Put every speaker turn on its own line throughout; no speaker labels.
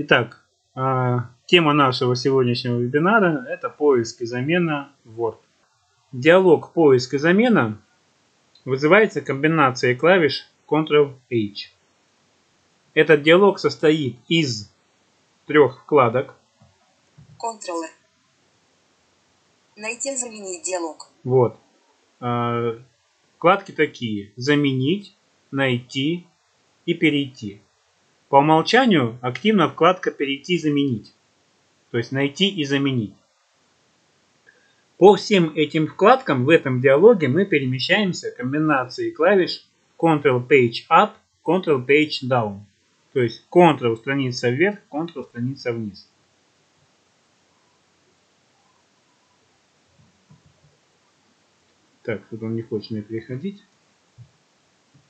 Итак, а, тема нашего сегодняшнего вебинара – это поиск и замена Word. Диалог «Поиск и замена» вызывается комбинацией клавиш Ctrl-H. Этот диалог состоит из трех вкладок
Контролы. Найти заменить диалог.
Вот. А, Вкладки такие. Заменить, найти и перейти. По умолчанию активна вкладка перейти и заменить. То есть найти и заменить. По всем этим вкладкам в этом диалоге мы перемещаемся комбинацией клавиш Ctrl Page Up, Ctrl Page Down. То есть Ctrl страница вверх, Ctrl страница вниз. Так, тут он не хочет мне переходить.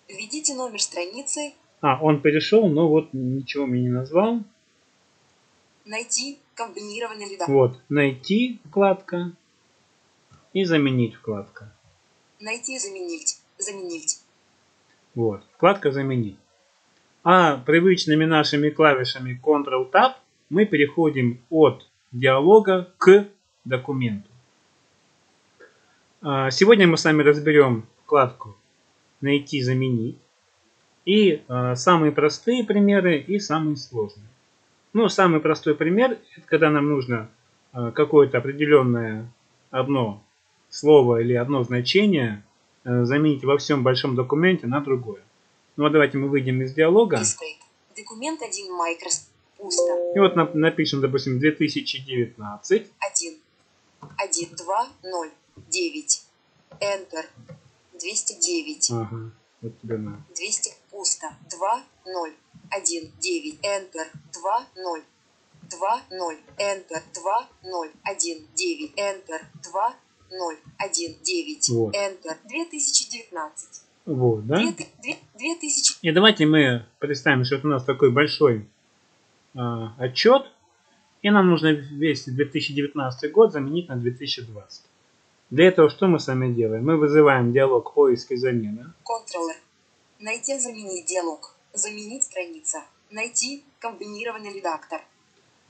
Введите номер страницы.
А, он перешел, но вот ничего мне не назвал.
Найти комбинирование ряда.
Вот, найти вкладка и заменить вкладка.
Найти заменить. Заменить.
Вот, вкладка заменить. А привычными нашими клавишами Ctrl-Tab мы переходим от диалога к документу. А, Сегодня мы с вами разберем вкладку «Найти, заменить» и а, самые простые примеры и самые сложные. Ну, самый простой пример – это когда нам нужно а, какое-то определенное одно слово или одно значение э, заменить во всем большом документе на другое. Ну, а давайте мы выйдем из диалога.
Дисплей. Документ 1 Майкрос. Пусто.
И вот нап- напишем, допустим, 2019.
1. 1, 2, 0, 9. Enter. 209.
Ага, вот тебе на.
200. Пусто. 2, 0, 1, 9. Enter. 2, 0. 2, 0. Enter. 2, 0, 1, 9. Enter. 2, 0, 1, 9.
Вот.
Enter. 2019.
Вот, да?
Две ты- две- 2000.
И давайте мы представим, что это у нас такой большой а, отчет, и нам нужно весь 2019 год заменить на 2020. Для этого что мы с вами делаем? Мы вызываем диалог поиска и замена.
Контроллер. Найти заменить диалог. Заменить страница. Найти комбинированный редактор.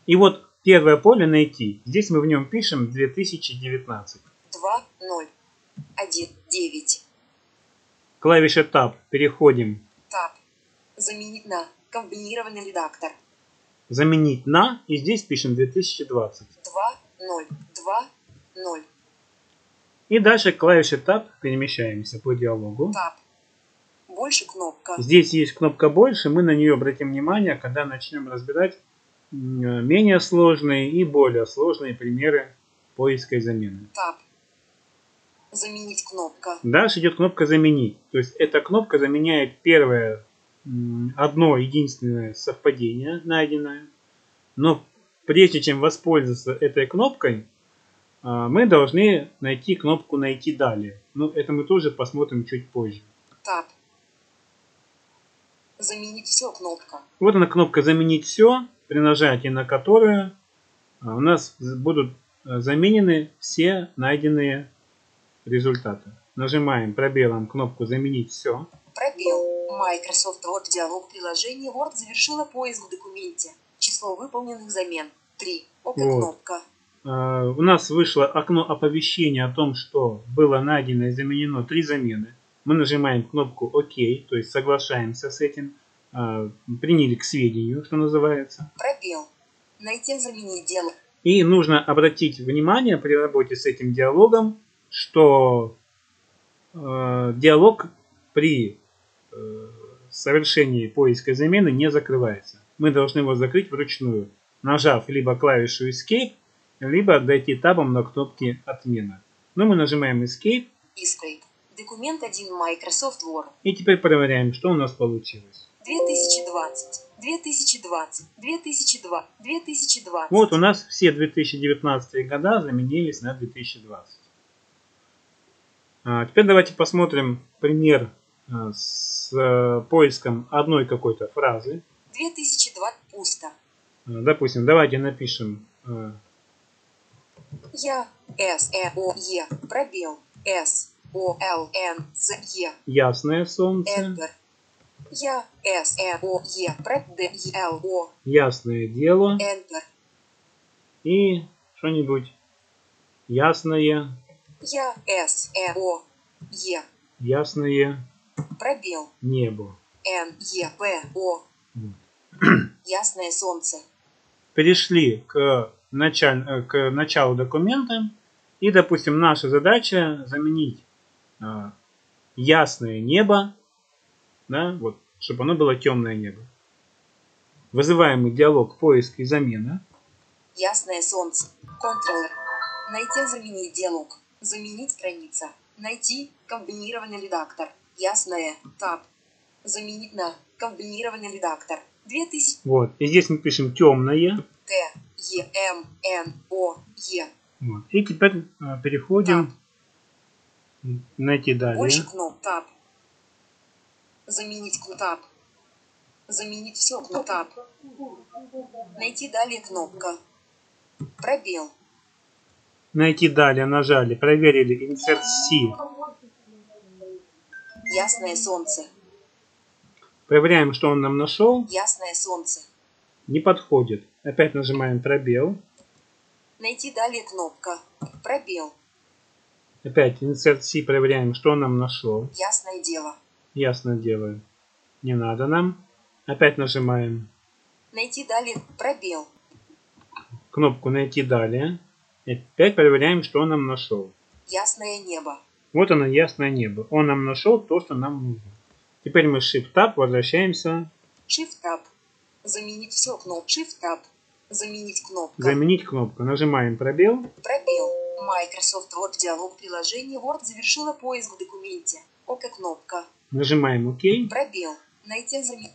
И вот первое поле «Найти». Здесь мы в нем пишем 2019.
2, 0, 1, 9.
Клавиша «Tab» переходим
Таб. Заменить на комбинированный редактор.
«Заменить на» и здесь пишем 2020.
2, 0, 2, 0.
И дальше клавиши «Tab» перемещаемся по диалогу.
Таб. Больше кнопка.
Здесь есть кнопка «Больше», мы на нее обратим внимание, когда начнем разбирать м, э, менее сложные и более сложные примеры поиска и замены.
Таб. Заменить кнопка.
Дальше идет кнопка «Заменить». То есть эта кнопка заменяет первое, м, одно единственное совпадение найденное. Но прежде чем воспользоваться этой кнопкой, а, мы должны найти кнопку «Найти далее». Ну, это мы тоже посмотрим чуть позже.
Таб. Заменить все кнопка.
Вот она кнопка «Заменить все», при нажатии на которую а, у нас з- будут э, заменены все найденные результаты. Нажимаем пробелом кнопку «Заменить все».
Пробел. Microsoft Word диалог приложение Word завершила поиск в документе. Число выполненных замен. 3. Окко
Вот.
кнопка.
А, У нас вышло окно оповещения о том, что было найдено и заменено три замены. Мы нажимаем кнопку «Ок», то есть соглашаемся с этим. а, Приняли к сведению, что называется.
Пробел. Найти заменить дело.
И нужно обратить внимание при работе с этим диалогом, что э, диалог при э, совершении поиска замены не закрывается. Мы должны его закрыть вручную, нажав либо клавишу Escape, либо дойти табом на кнопке «Отмена». Ну, мы нажимаем Escape
Искрейт. Документ 1 Microsoft Word.
и теперь проверяем, что у нас получилось.
2020. 2020. 2002. 2020.
Вот у нас все 2019 года заменились на 2020. А, Теперь давайте посмотрим пример а, с э, поиском одной какой-то фразы.
2002. Пусто.
А, Допустим, давайте напишем э,
Я. С. Э. О. Е. Пробел. С. О. Л. Н. С. Е.
«Ясное солнце».
Enter. Я, С, Э, О, Е, Пр, Д, И, Л, О,
Ясное дело.
Энтер.
И что-нибудь ясное,
Я, С, Э, О, Е,
ясное
пробел,
небо.
Н, Е, П, О. Ясное солнце.
Перешли к, началь- э, к началу документа. И, допустим, наша задача заменить э, ясное небо, да, вот, чтобы оно было темное небо. Вызываемый диалог поиск и замена.
Ясное солнце. Контроллер. Найти заменить диалог. Заменить страница. Найти комбинированный редактор. Ясное. Таб. Заменить на комбинированный редактор. 2000
Вот. И здесь мы пишем темное.
Т. Е. М. Н. О. Е.
Вот. И теперь э, переходим найти далее.
Больше кнопок. Таб. Заменить кнопку. Таб. Заменить все кнопку. Таб. Найти далее кнопка. Пробел.
Найти далее нажали, проверили insert C.
Ясное солнце.
Проверяем, что он нам нашел.
Ясное солнце.
Не подходит. Опять нажимаем пробел.
Найти далее кнопка. Пробел.
Опять insert C проверяем, что он нам нашел.
Ясное дело.
Ясно делаю. Не надо нам. Опять нажимаем
Найти далее пробел.
кнопку «Найти далее». И опять проверяем, что он нам нашел.
Ясное небо.
Вот оно, ясное небо. Он нам нашел то, что нам нужно. Теперь мы с Shift-Tab возвращаемся.
Shift Tab. Заменить все кноп. Shift Tab. Заменить кнопка.
Заменить кнопку. Нажимаем пробел.
Пробел. Microsoft Word диалог приложение Word завершила поиск в документе. ОК кнопка.
Нажимаем ОК.
Пробел. Найти заменить.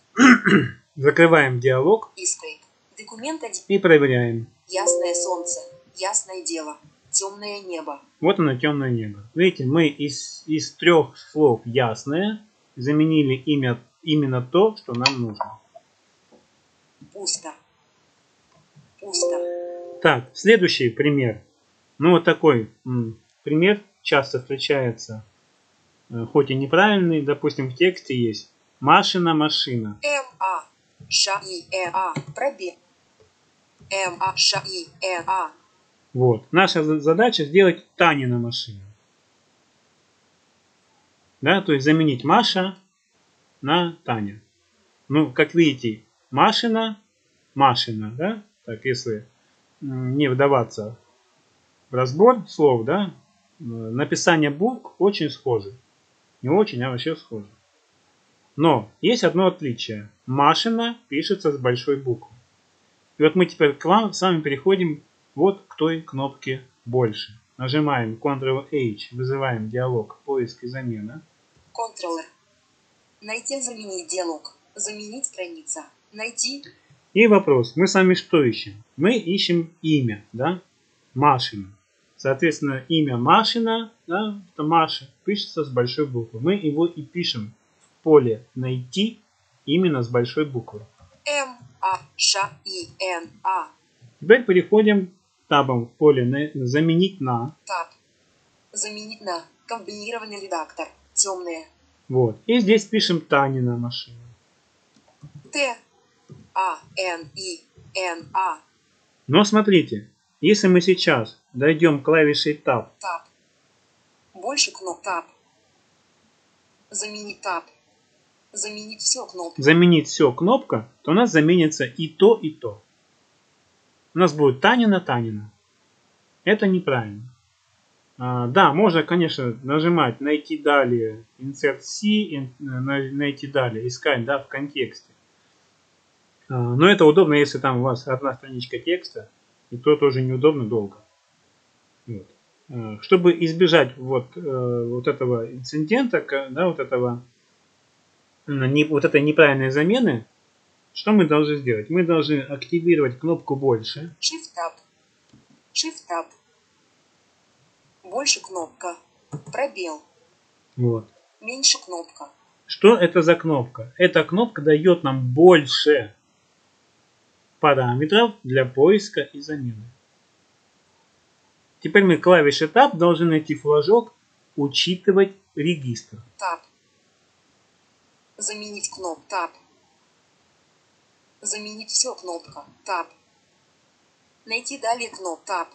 Закрываем диалог
Escape. Документ 1.
и проверяем.
Ясное солнце. Ясное дело. Темное небо.
Вот оно, темное небо. Видите, мы из, из трех слов «ясное» заменили имя, именно то, что нам нужно.
Пусто. Пусто.
Так, следующий пример. Ну, вот такой м, пример часто встречается, э, хоть и неправильный. Допустим, в тексте есть «Машина, машина».
М А. Ша И Э А. Пробел. М А. Ша И Э А.
Вот. Наша за- задача сделать Танина машина. Да, то есть заменить Маша на Таня. Ну, как видите, Машина, Машина, да? Так, если м, не вдаваться в разбор слов, да, э, написание букв очень схоже. Не очень, а вообще схоже. Но есть одно отличие. Машина пишется с большой буквы. И вот мы теперь к вам с вами переходим вот к той кнопке больше. Нажимаем Ctrl-H, вызываем диалог поиск и замена.
Контроллер. Найти заменить диалог. Заменить страница. Найти
И вопрос, мы с вами что ищем? Мы ищем имя, да, Машина. Соответственно, имя Машина, да, это Маша, пишется с большой буквы. Мы его и пишем в поле «Найти» именно с большой буквы.
М А Ша И Н А.
Теперь переходим табом в поле «На- «Заменить на».
Таб. Заменить на комбинированный редактор. Темное.
Вот. И здесь пишем Танина машина.
Т. А. Н. И. Н. А.
Но смотрите, если мы сейчас дойдем клавишей Tab,
Таб. Больше кноп. Таб. Заменить таб. Заменить все кнопки.
заменить все кнопка, то у нас заменится и то, и то. У нас будет Танина, Танина. Это неправильно. А, да, можно, конечно, нажимать «Найти далее», «Insert C», ин- на- «Найти далее», искать, да, в контексте. А, но это удобно, если там у вас одна страничка текста, и то тоже неудобно долго. Вот. А, Чтобы избежать вот, э, вот этого инцидента, к- да, вот этого м, э, не- вот этой неправильной замены, что мы должны сделать? Мы должны активировать кнопку «Больше».
Shift Tab. Shift Tab. Больше кнопка. Пробел.
Вот.
Меньше кнопка.
Что это за кнопка? Эта кнопка дает нам больше параметров для поиска и замены. Теперь мы клавишей Tab должны найти флажок «Учитывать регистр».
Таб. Заменить кноп. Тап. Заменить все кнопка. Тап. Найти далее кноп. Тап.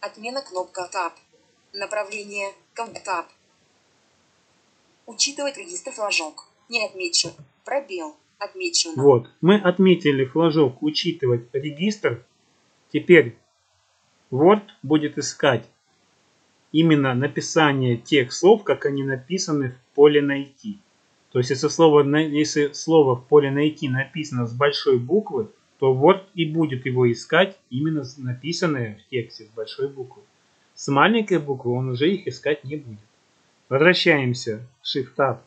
Отмена кнопка. Тап. Направление. Комп. Тап. Учитывать регистр флажок. Не отмечу. Пробел. Отмечено.
Вот, мы отметили флажок «Учитывать регистр». Теперь Word будет искать именно написание тех слов, как они написаны в поле «Найти». То есть, если слово, на- если слово в поле «Найти» написано с большой буквы, то Word и будет его искать именно с- написанное в тексте с большой буквы. С маленькой буквы он уже их искать не будет. Возвращаемся Shift-Tab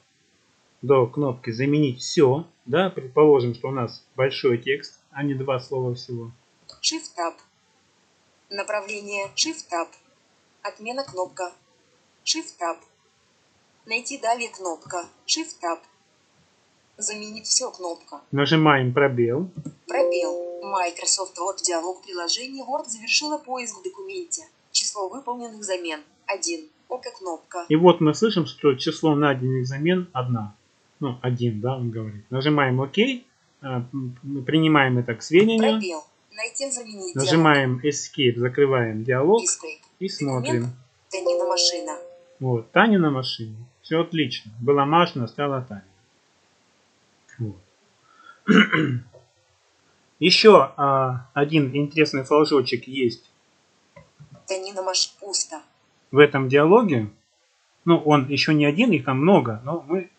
до кнопки «Заменить все». Да, предположим, что у нас большой текст, а не два слова всего.
Shift Tab. Направление Shift Tab. Отмена кнопка. Shift Tab. Найти далее кнопка. Shift Tab. Заменить все кнопка.
Нажимаем пробел.
Пробел. Microsoft Word диалог приложение Word завершила поиск в документе. Число выполненных замен. 1. Око кнопка.
И вот мы слышим, что число найденных замен одна. Ну, один, да, он говорит. Нажимаем ОК. а, м, м, Принимаем это к сведению.
Пробел. Найти заменить диалог.
Нажимаем Escape, закрываем диалог
Escape.
и смотрим.
Документ. Танина машина.
Вот, Таня на машине. Все отлично. Была Машина, стала Таня. Вот. Еще а, один интересный флажочек есть
Танина маш пусто.
в этом диалоге. Ну, он еще не один, их там много, но мы э,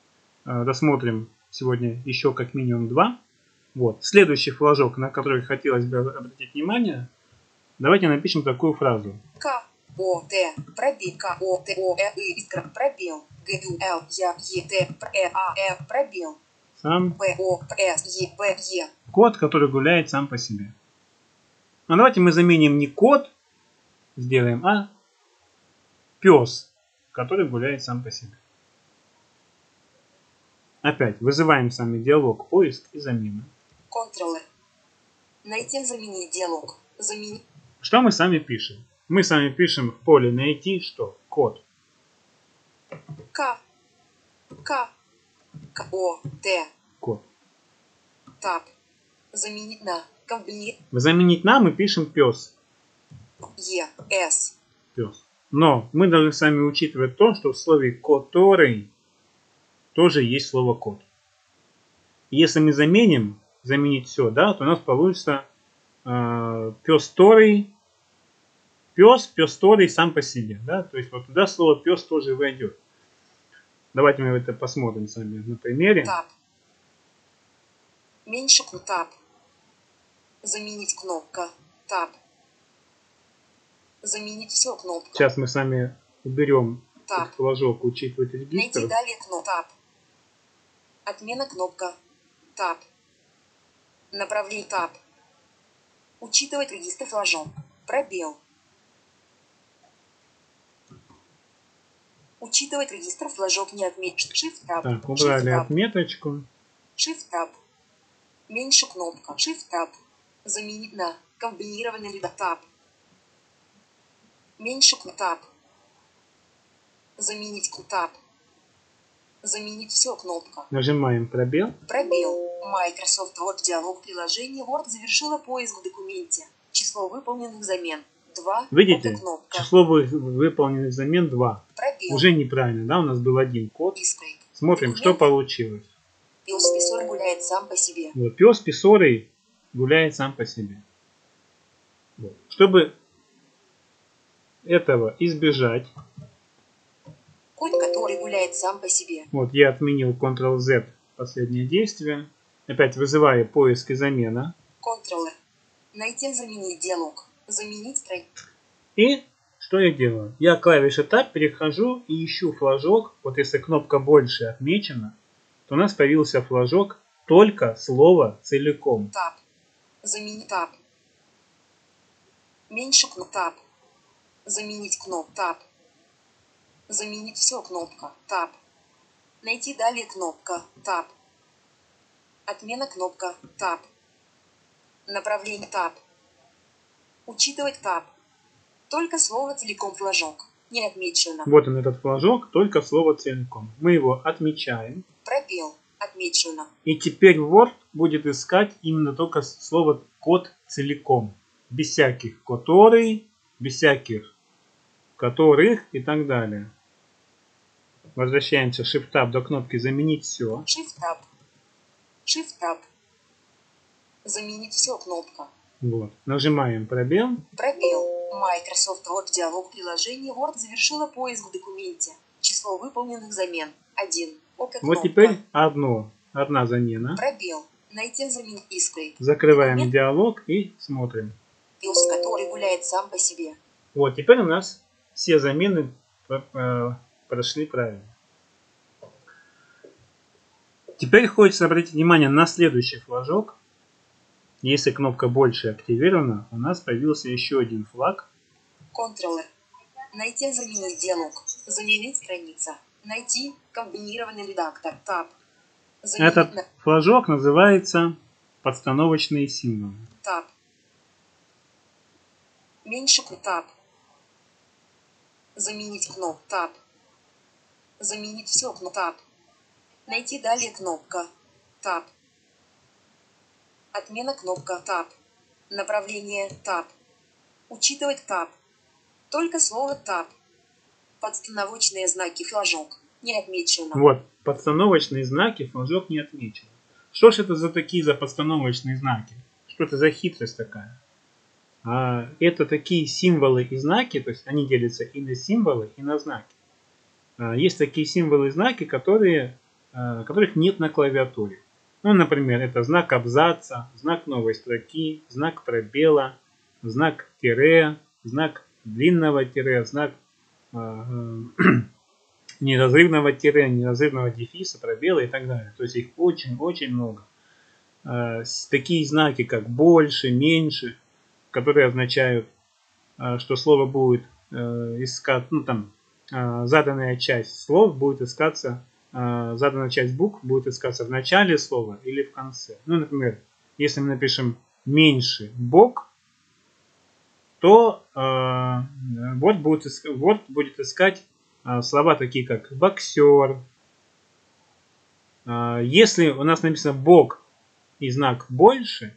рассмотрим сегодня еще как минимум два. Вот. Следующий флажок, на который хотелось бы обратить внимание, давайте напишем такую фразу.
К. О. Т. Пробел. К. О. Т. О. Э. И. Искра. Пробел. Г. У. Л. Я. Е. Т. П. Э. А. Э. Пробел.
Сам
П. О. П. С. Е. П. Е.
код, который гуляет сам по себе. А давайте мы заменим не код, сделаем, а пес, который гуляет сам по себе. Опять вызываем сами диалог поиск и замена.
Контроллер. Найти заменить диалог. Заменить.
Что мы сами пишем? Мы сами пишем в поле найти что? Код.
К. К. К. О. Т.
Код.
Тап. Заменить на. Комбини.
Заменить на мы пишем пес.
Е. С.
Пес. Но мы должны сами учитывать то, что в слове который тоже есть слово код. И Если мы заменим, заменить все, да, то у нас получится пес торый, пес, пес торый сам по себе, да, то есть вот туда слово пес тоже войдет. Давайте мы это посмотрим с вами на примере.
Тап. Меньше к тап. Заменить кнопка. Тап. Заменить все кнопка.
Сейчас мы с вами уберем
Тап.
этот флажок, учитывать
Найти
регистр.
далее кнопка. Тап. Отмена кнопка. Тап. Направление тап. Учитывать регистр флажок. Пробел. Учитывать регистр флажок не отмечен. Shift тап.
Так,
Shift
убрали
тап.
отметочку.
Shift Tab. Меньше кнопка. Shift Tab. Заменить на комбинированный ряда Tab. Меньше к Tab. Заменить к Tab. Заменить все кнопка.
Нажимаем пробел.
Пробел. Microsoft Word диалог приложение Word завершила поиск в документе. Число выполненных замен. 2.
Видите?
кнопка.
Число вы- выполненных замен 2.
Пробел.
Уже неправильно, да? У нас был один код.
Искрой.
Смотрим, что получилось.
Пилсписор гуляет сам по себе.
Вот, пес песорый гуляет сам по себе. Вот. Чтобы этого избежать,
Кот, который гуляет сам по себе.
вот я отменил Ctrl-Z последнее действие. Опять вызываю поиск и замена.
Контроллер. Найти заменить диалог. Заменить страницу.
И что я делаю? Я клавиши Tab перехожу и ищу флажок. Вот если кнопка больше отмечена, то у нас появился флажок только слово целиком.
Тап. Заменить тап. Меньше кноп тап. Заменить кноп тап. Заменить все кнопка тап. Найти далее кнопка тап. Отмена кнопка тап. Направление тап. Учитывать тап. Только слово целиком флажок. Не отмечено.
Вот он этот флажок, только слово целиком. Мы его отмечаем.
Пропел. Отмечено.
И теперь Word будет искать именно только слово код целиком. Без всяких который, без всяких которых и так далее. Возвращаемся Shift-Tab до кнопки «Заменить все».
Shift-Tab. Shift-Tab. Заменить все кнопка.
Вот. Нажимаем пробел.
Пропел. Microsoft Word диалог приложения Word завершила поиск в документе. Число выполненных замен. 1. Око
Вот
кнопка.
теперь одно, одна замена.
Пробел. Найти заменить искрой.
Закрываем диалог и смотрим.
Пес, который гуляет сам по себе.
Вот, теперь у нас все замены э, э, прошли правильно. Теперь хочется обратить внимание на следующий флажок. Если кнопка больше активирована, у нас появился еще один флаг.
Контроллер. Найти заменить диалог. Заменить страница. Найти комбинированный редактор. Таб. Заменить
Этот
на-
флажок называется подстановочные символы.
Таб. Меньше к- таб. Заменить кноп таб. Заменить все кноп таб. Найти далее кнопка таб. Отмена кнопка таб. Направление таб. Учитывать таб. Только слово таб. Подстановочные знаки флажок. Не отмечено.
Вот, подстановочные знаки флажок не отмечен. Что ж это за такие за подстановочные знаки? Что это за хитрость такая? А, это такие символы и знаки, то есть они делятся и на символы, и на знаки. А, есть такие символы и знаки, которые, а, которых нет на клавиатуре. Ну, например, это знак абзаца, знак новой строки, знак пробела, знак тире, знак длинного тире, знак а, э, неразрывного тире, неразрывного дефиса, пробела и так далее. То есть их очень-очень много. Э, с- Такие знаки, как больше, меньше, которые означают, э, что слово будет искать, ну там, э, заданная часть слов будет искаться, э, заданная часть букв будет искаться в начале слова или в конце. Ну, например, если мы напишем меньше бог, то э, Word будет, иск- Word будет искать а, слова такие как боксер. А, Если у нас написано бог и знак больше,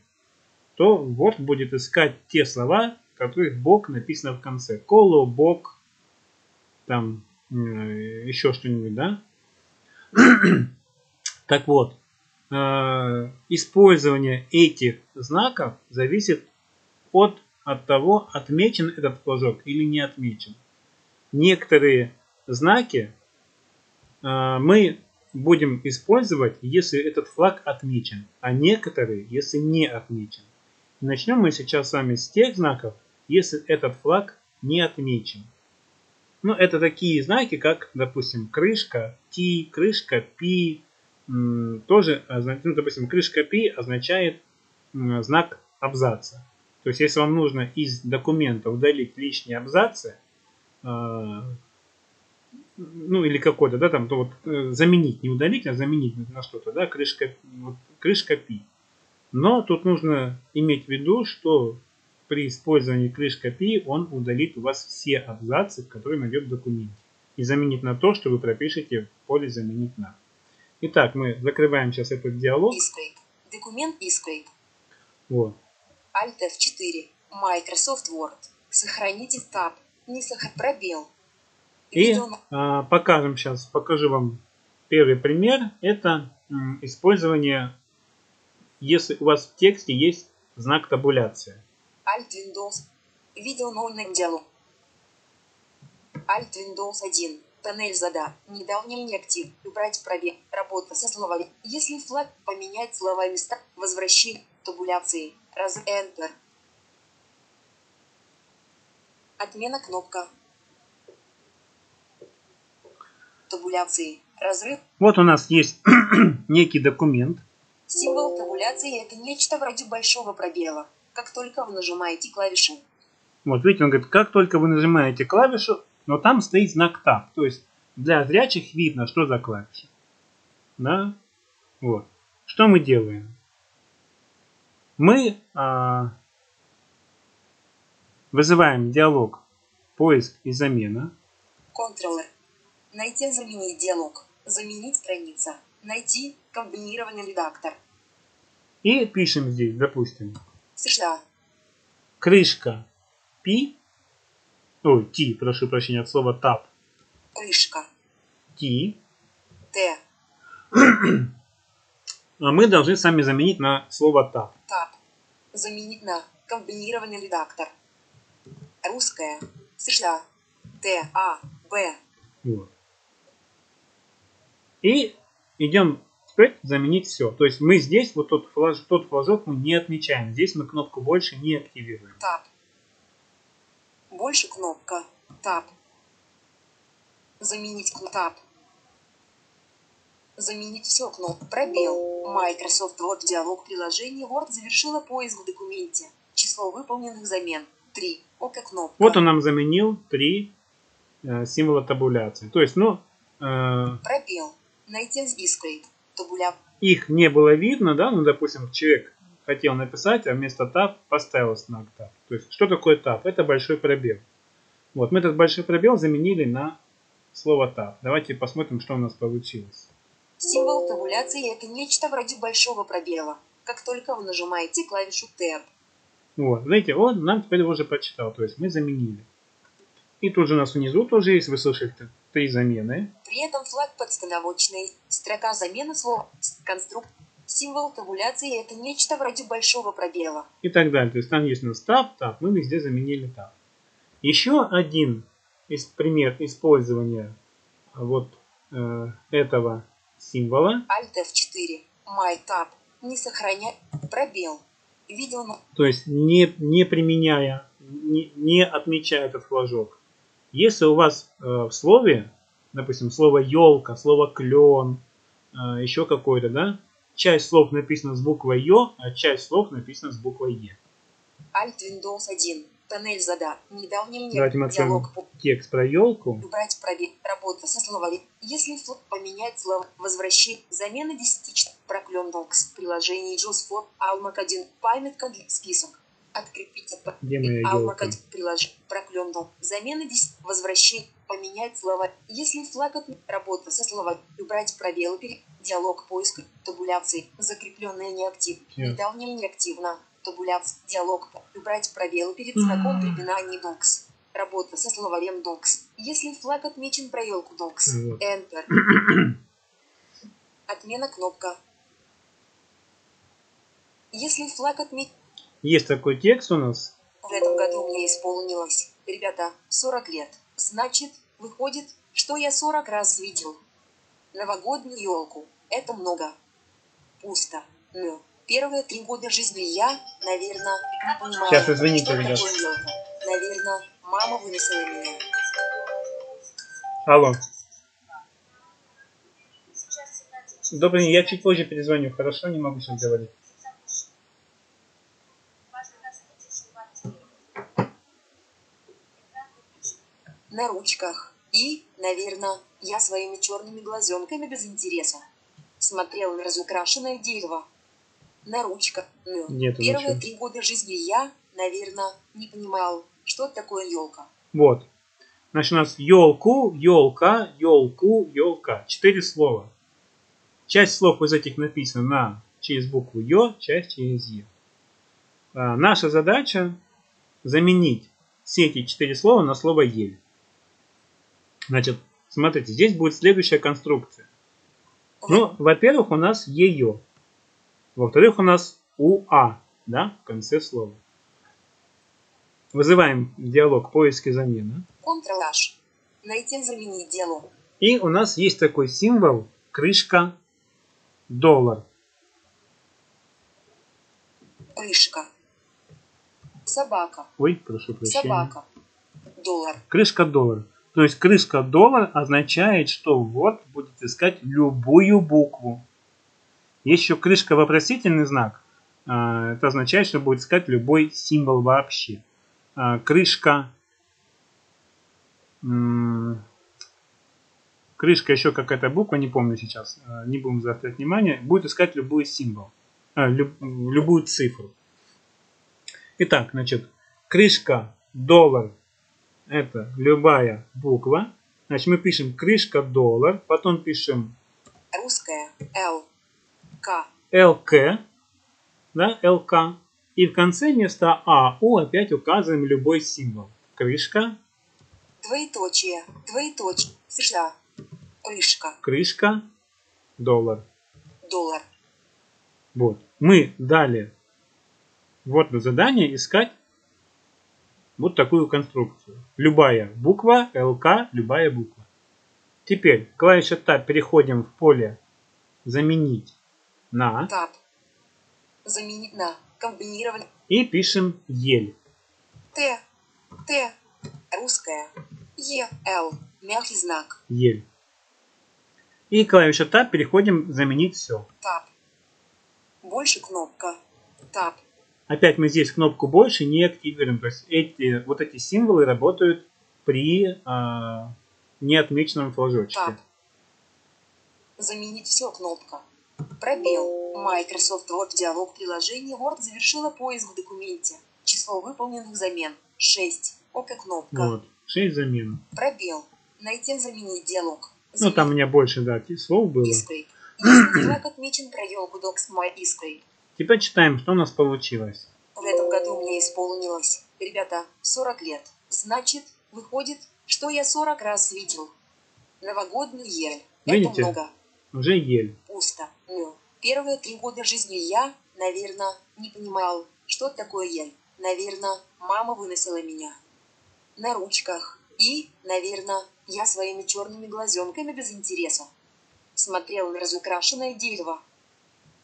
то Word будет искать те слова, в которых бог написано в конце. Коло, бог, там м, еще что-нибудь, да? Так вот, э, использование этих знаков зависит от, от того, отмечен этот флажок или не отмечен некоторые знаки э, мы будем использовать, если этот флаг отмечен, а некоторые, если не отмечен. И начнем мы сейчас с вами с тех знаков, если этот флаг не отмечен. Ну, это такие знаки, как, допустим, крышка T, крышка P, м, тоже, озна- ну, допустим, крышка P означает м, э, знак абзаца. То есть, если вам нужно из документа удалить лишние абзацы, а, ну или какой-то, да, там, то вот э, заменить, не удалить, а заменить на что-то, да, крышка, вот, крышка пи. Но тут нужно иметь в виду, что при использовании крышка пи он удалит у вас все абзацы, которые найдет в документе, и заменит на то, что вы пропишете в поле «Заменить на». Итак, мы закрываем сейчас этот диалог.
Искрой. Документ искрой.
Вот.
Alt F4. Microsoft Word. Сохраните таб. Не сохранить пробел.
И
Видео на-
а, покажем сейчас, покажу вам первый пример. Это м, использование, если у вас в тексте есть знак табуляции.
Alt Windows. Видео 0 на диалог. Alt Windows 1. Тоннель зада. Недавним неактив. Убрать пробел. Работа со словами. Если флаг поменять слова места. Возвращение. Табуляции. Раз. Enter. Отмена кнопка. Табуляции. Разрыв.
Вот у нас есть некий документ.
Символ табуляции – это нечто вроде большого пробела. Как только вы нажимаете клавишу
Вот видите, он говорит, как только вы нажимаете клавишу, но там стоит знак Tab. То есть для зрячих видно, что за клавиша. Да? Вот. Что мы делаем? Мы а, вызываем диалог поиск и замена.
Контроллер. Найти заменить диалог. Заменить страница. Найти комбинированный редактор.
И пишем здесь, допустим,
США.
крышка пи, ой, ти, прошу прощения, от слова тап,
Крышка.
ти,
Т.
а мы должны сами заменить на слово тап.
Тап. Заменить на комбинированный редактор. Русская. США. Т. А. Б.
Вот. И идем теперь заменить все. То есть мы здесь вот тот, флаж, тот флажок мы не отмечаем. Здесь мы кнопку больше не активируем.
Тап. Больше кнопка. Тап. Заменить кн- Тап. Заменить все кнопку. Пробел. Microsoft Word диалог приложения Word завершила поиск в документе. Число выполненных замен. 3. Око кнопка.
Вот он нам заменил три э, символа табуляции. То есть, ну, э,
Пробел. Найти с дисплей. Табуля.
их не было видно, да, ну, допустим, человек хотел написать, а вместо tab поставил знак tab. То есть, что такое tab? Это большой пробел. Вот, мы этот большой пробел заменили на слово tab. Давайте посмотрим, что у нас получилось.
Символ табуляции это нечто вроде большого пробела. Как только вы нажимаете клавишу Tab.
Вот, знаете, он нам теперь уже прочитал, то есть мы заменили. И тут же у нас внизу тоже есть, вы слышали, т- три замены.
При этом флаг подстановочный. Строка замены слов. С- Конструкт. Символ табуляции – это нечто вроде большого пробела.
и так далее. То есть там есть у нас таб, таб, мы везде заменили таб. Еще один из, пример использования вот э, этого символа,
Alt F4. My Tab. Не сохраняй. Пробел. Видел на-
то есть не, не применяя, не, не отмечая этот флажок. Если у вас э, в слове, допустим, слово елка, слово клен, э, еще какое-то, да, часть слов написана с буквой Ё, а часть слов написана с буквой Е.
Alt Windows 1. Панель зада. Недавним не
Давайте мы откроем
диалог. пу-
текст про елку.
Убрать пробел. Работа со словарем. Если флаг поменять слово. Возвращи. Замена 10 ч- Проклем докс. Приложение JOSFOR. Алмак 1. Памятка для список. Открепить от...
Где моя елка?
Алмакать приложить проклёнул. Замена 10. Возвращение. Поменять слова. Если флаг от работа со слова. Убрать пробелы. пере- Диалог поиска. Табуляции. Закрепленная неактив.
Я.
Недавним неактивно. Табуляция. Диалог. Убрать пробелы перед знаком препинание докс. Работа со словарем докс. Если флаг отмечен проелку докс.
Ну Вот.
Enter. Отмена кнопка. Если флаг отмечен
Есть такой текст у нас.
в этом году мне исполнилось, ребята, 40 лет. Значит, выходит, что я 40 раз видел. Новогоднюю елку. Это много. Пусто. Но первые три года жизни я, наверное, не понимала,
Сейчас, извините,
что
ребят.
такое елка. Наверное, мама вынесла меня.
Алло. Добрый день, я чуть позже перезвоню, хорошо? Не могу сейчас говорить.
На ручках. И, наверное, я своими черными глазенками без интереса. Смотрел на разукрашенное дерево. На ручках. Но
Нету
первые
ничего.
три года жизни я, наверное, не понимал, что такое елка.
Вот. Значит, у нас елку, елка, елку, елка. Четыре слова. Часть слов из этих написана на, через букву Ё, часть через Е. А наша задача заменить все эти четыре слова на слово ель. Значит, смотрите, здесь будет следующая конструкция. Ну, во-первых, у нас ее. Во-вторых, у нас уа, да, в конце слова. Вызываем диалог поиски замена.
Ctrl-H. Найти заменить дело.
И у нас есть такой символ крышка доллар.
Крышка. Собака.
Ой, прошу прощения.
Собака. Доллар.
Крышка доллар. То есть крышка доллар означает, что вот будет искать любую букву. Есть еще крышка вопросительный знак. А, Это означает, что будет искать любой символ вообще. А, Крышка. м, Крышка еще какая-то буква, не помню сейчас. а, Не будем заострять внимание. Будет искать любой символ. а, люб- любую цифру. Итак, значит, крышка доллар это любая буква. Значит, мы пишем крышка доллар, потом пишем
русская, Л, К,
ЛК, да, ЛК. И в конце вместо АУ опять указываем любой символ. Крышка,
двоеточие, двоеточие, США, крышка,
крышка, доллар.
доллар,
Вот. Мы дали вот на задание искать вот такую конструкцию. Любая буква, ЛК, любая буква. Теперь клавиша Tab переходим в поле «Заменить на»
таб, заменить на, комбинировать,
и пишем «Ель».
Т, Т, русская, Е, Л, мягкий знак,
«Ель». И клавиша Tab переходим «Заменить все».
таб, больше кнопка, таб,
Опять мы здесь кнопку «Больше» не активируем. То есть эти, вот эти символы работают при а, неотмеченном флажочке.
таб, заменить все кнопка, пробел, Microsoft Word диалог приложение Word завершила поиск в документе, число выполненных замен, 6, ОК кнопка,
Вот. 6 замен.
Пробел. Найти заменить диалог.
Ну, там у меня больше, да, ки- слов было.
искрой. Единственный знак отмечен провел гудок с моей искрой.
Теперь читаем, что у нас получилось.
В этом году мне исполнилось, ребята, 40 лет. Значит, выходит, что я 40 раз видел. Новогодний ель. Это
Видите?
много.
Уже ель.
Пусто. Ну, первые три года жизни я, наверное, не понимал, что такое ель. Наверное, мама выносила меня. На ручках. И, наверное, я своими черными глазенками без интереса. Смотрел на разукрашенное дерево.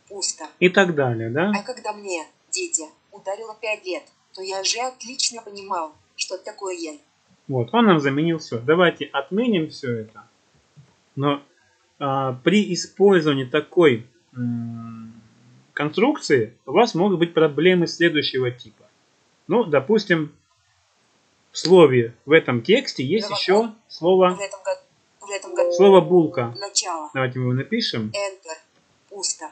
Пусто.
И так далее,
А
да?
когда мне, дети, ударило пять лет, то я же отлично понимал, что такое ель.
Вот, он нам заменил все. Давайте отменим все это. Но а, при использовании такой м, конструкции у вас могут быть проблемы следующего типа. Ну, допустим, в слове в этом тексте есть еще слово,
В этом году. В этом году.
слово булка.
Начало.
Давайте мы его напишем.
Enter. Пусто.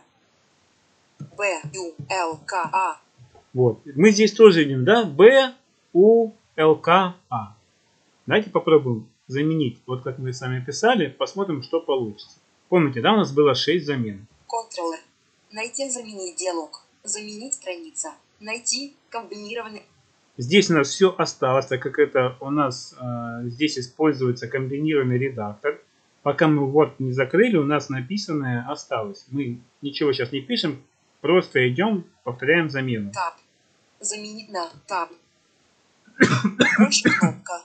Б, Ю, Л, К, А.
Вот. Мы здесь тоже видим, да? Б, У, Л, К, А. Давайте попробуем заменить. Вот как мы сами писали, посмотрим, что получится. Помните, да, у нас было 6 замен.
Ctrl-R. Найти заменить диалог. Заменить страница. Найти комбинированный.
Здесь у нас все осталось, так как это у нас э, здесь используется комбинированный редактор. Пока мы Word не закрыли, у нас написанное осталось. Мы ничего сейчас не пишем, просто идем, повторяем замену.
Таб. Заменить на таб. Больше кнопка.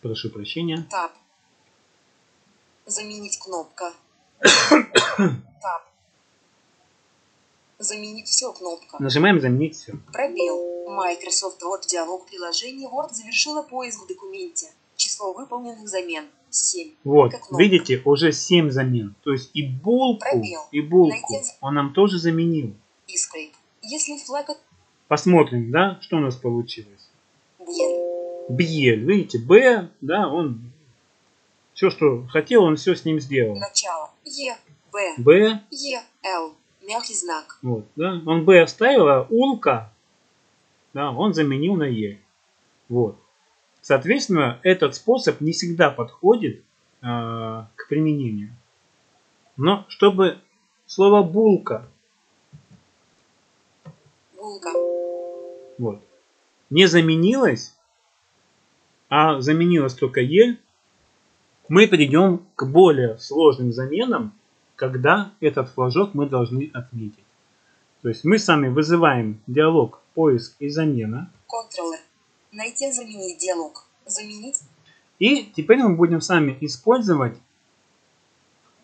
Прошу прощения.
Таб. Заменить кнопка. Таб. Заменить все кнопка.
Нажимаем заменить все.
Пробел. Microsoft Word диалог приложение Word завершила поиск в документе. Число выполненных замен 7.
Вот,
Как много.
видите, уже 7 замен. То есть и булку,
Пробел.
и булку
Найдите.
он нам тоже заменил.
Искрой. Если флаг от
Посмотрим, да, что у нас получилось.
Ель.
Бьель, видите, Б, да, он все, что хотел, он все с ним сделал.
Начало. Е. Б.
Б,
Е. Л. Мягкий знак.
вот, да, он Б оставил, а улка, да, он заменил на Е. Вот. Соответственно, этот способ не всегда подходит э, к применению. Но чтобы слово булка
Булка.
Вот. Не заменилось, а заменилось только Е, мы перейдем к более сложным заменам, когда этот флажок мы должны отметить. То есть мы сами вызываем диалог поиск и замена.
Ctrl. Найти заменить диалог. Заменить.
И теперь мы будем сами использовать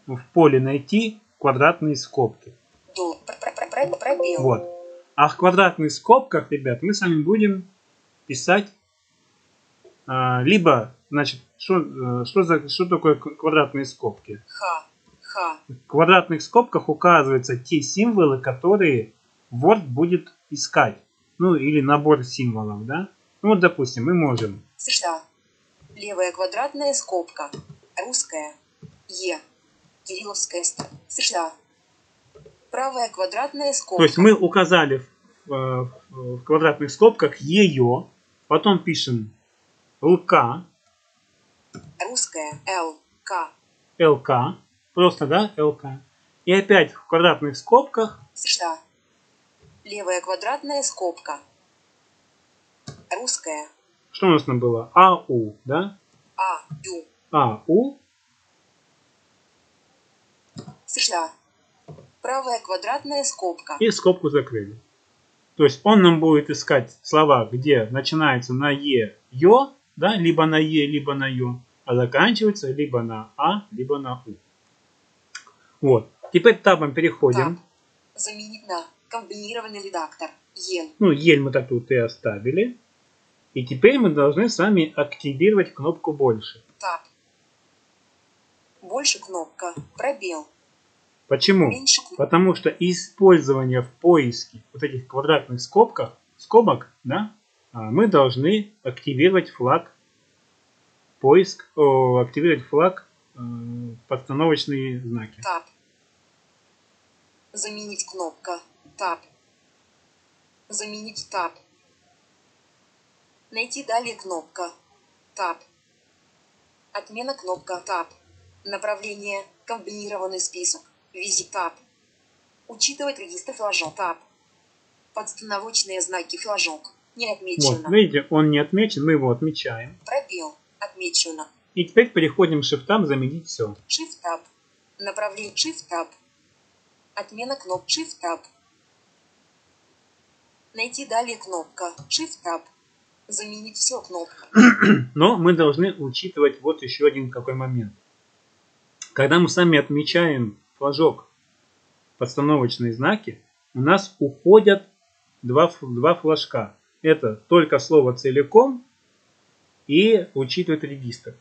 в поле найти квадратные скобки.
Дол. Пр- пр- пр- пр- Пробел.
Вот. А в квадратных скобках, ребят, мы с вами будем писать а, либо, значит, что, э, что, за, что такое к- квадратные скобки?
Х. Х.
В квадратных скобках указываются те символы, которые Word будет искать. Ну, или набор символов, да? Ну, вот, допустим, мы можем
США. Левая квадратная скобка. Русская. Е. Кирилловская ст- США. Правая квадратная скобка.
То есть мы указали в, э, в квадратных скобках ее, потом пишем ЛК,
Русская. Л. К.
ЛК, просто, да, ЛК. И опять в квадратных скобках
США. Левая квадратная скобка. Русская.
что у нас там было? АУ, да?
А. Ю.
АУ,
США. Правая квадратная скобка.
и скобку закрыли. То есть он нам будет искать слова, где начинается на Е, Ё, да, либо на Е, либо на Ё, а заканчивается либо на А, либо на У. Вот. Теперь табом переходим.
Таб. Заменить на комбинированный редактор. Ен.
Ну, ель мы так тут и оставили. И теперь мы должны с вами активировать кнопку «Больше».
Таб. Больше кнопка. Пробел.
Почему?
Меньше кнопка.
Потому что использование в поиске вот этих квадратных скобках, скобок, да, а, мы должны активировать флаг поиск, о, активировать флаг э, подстановочные знаки.
Таб. Заменить кнопка. Таб. Заменить таб. Найти далее кнопка. Таб. Отмена кнопка таб. Направление. Комбинированный список. Визит таб. Учитывать регистр флажок. Таб. Подстановочные знаки флажок. Не
Вот,
отмечено.
видите, он не отмечен, мы его отмечаем.
Пробел. Отмечено.
И теперь переходим к шифтам заменить все.
Shift Tab. Направление Shift Tab. Отмена кноп Shift Tab. Найти далее кнопка Shift Tab. Заменить все кнопка.
Но мы должны учитывать вот еще один какой момент. Когда мы сами отмечаем флажок подстановочные знаки, у нас уходят два, ф- два флажка. Это только слово целиком и учитывает регистр.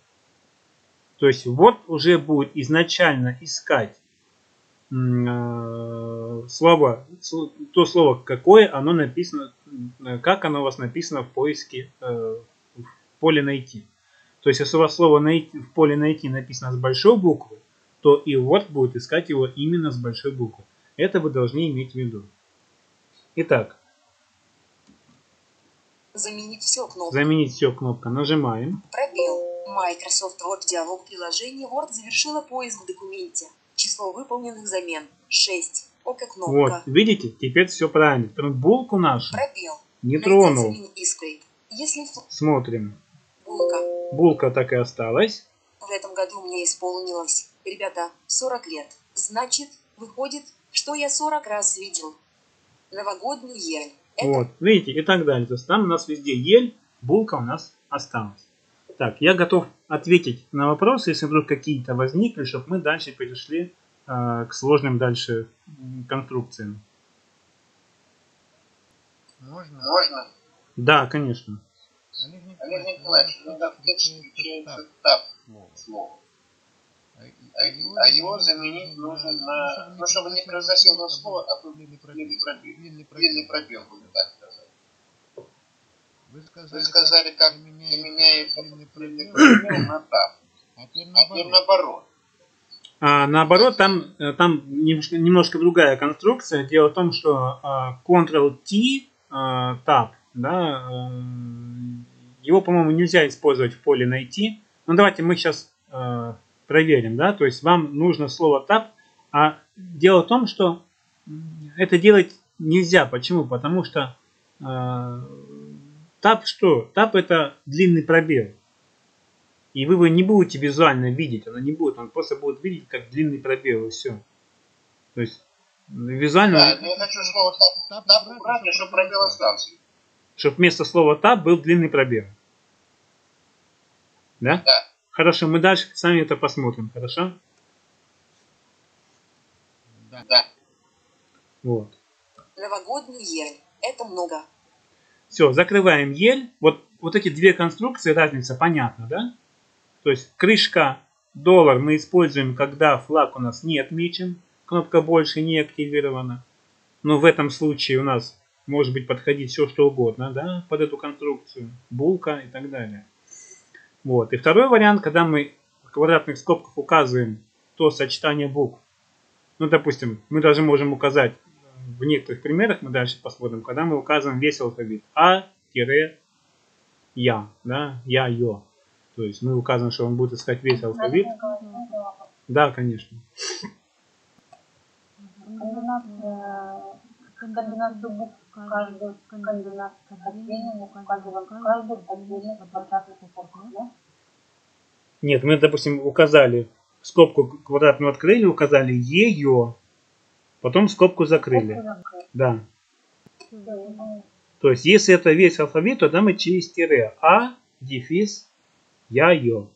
То есть вот уже будет изначально искать м, э, слово, с- то слово, какое оно написано, м, э, как оно у вас написано в поиске э, в поле найти. То есть, если у вас слово «найти» в поле найти написано с большой буквы, то и вот будет искать его именно с большой буквы. Это вы должны иметь в виду. Итак,
Заменить все кнопка.
заменить все кнопка нажимаем.
Пробел. Microsoft Word диалог приложение Word завершила поиск в документе. Число выполненных замен 6. Око
Вот,
кнопка.
видите, теперь все правильно. Прям Булку нашу
Пробел.
не
Найти
тронул.
заменить искры. Если фл-
Смотрим.
булка.
Булка так и осталась.
В этом году мне исполнилось, ребята, 40 лет. Значит, выходит, что я 40 раз видел. Новогодний ель. Это
Вот, видите, и так далее. То есть там у нас везде ель, булка у нас осталась. Так, я готов ответить на вопросы, если вдруг какие-то возникли, чтобы мы дальше перешли э, к сложным дальше м, конструкциям.
Можно?
Можно?
Да, конечно.
Олег
Олег
Николаевич,
Николаевич, ну, иногда в тексте встречается так
слово.
слово.
А,
А его- а его заменить нужно на... Ну, чтобы не произносил его слово, а тут
длинный пробел.
длинный пробел.
Длинный пробел.
Длинный пробел, будем так сказать.
Вы сказали,
Вы сказали, как
заменяет
заменяет
длинный
длинный
пробел,
пробел А на так.
а теперь
А теперь
наоборот.
наоборот.
А наоборот, там, э, там немножко, немножко другая конструкция. Дело в том, что э, Ctrl-T э, Tab, да, э, его, по-моему, нельзя использовать в поле найти. Ну, давайте мы сейчас проверим, да, то есть вам нужно слово Tab, а дело в том, что м, это делать нельзя. Почему? Потому что э, Tab что? Tab это длинный пробел. И вы его не будете визуально видеть, она не будет, он просто будет видеть как длинный пробел и все. То есть м,
Да,
визуально,
но я хочу слово так.
Тап
Так
убрать,
убрать,
чтоб
чтобы пробел остался.
чтобы вместо слова таб был длинный пробел. Да?
Да.
Хорошо, мы дальше сами это посмотрим, хорошо?
Да.
Да.
Вот.
новогодний ель. Это много.
Все, закрываем ель. Вот, вот эти две конструкции, разница понятна, да? То есть крышка доллар мы используем, когда флаг у нас не отмечен, кнопка больше не активирована. Но в этом случае у нас может быть подходить все что угодно, да, под эту конструкцию. Булка и так далее. Вот. И второй вариант, когда мы в квадратных скобках указываем то сочетание букв. Ну, допустим, мы даже можем указать в некоторых примерах, мы дальше посмотрим, когда мы указываем весь алфавит А, тире, Я, да, Я, Йо. То есть мы указываем, что он будет искать весь алфавит. Да, конечно.
комбинация, э, комбинацию букв в каждую комбинацию сообщений мы указываем каждую отдельно квадратную форму.
Нет, мы, допустим, указали скобку квадратную открыли, указали ее, потом скобку закрыли. Да. То есть, если это весь алфавит, то да, мы через тире А, дефис, я, ее.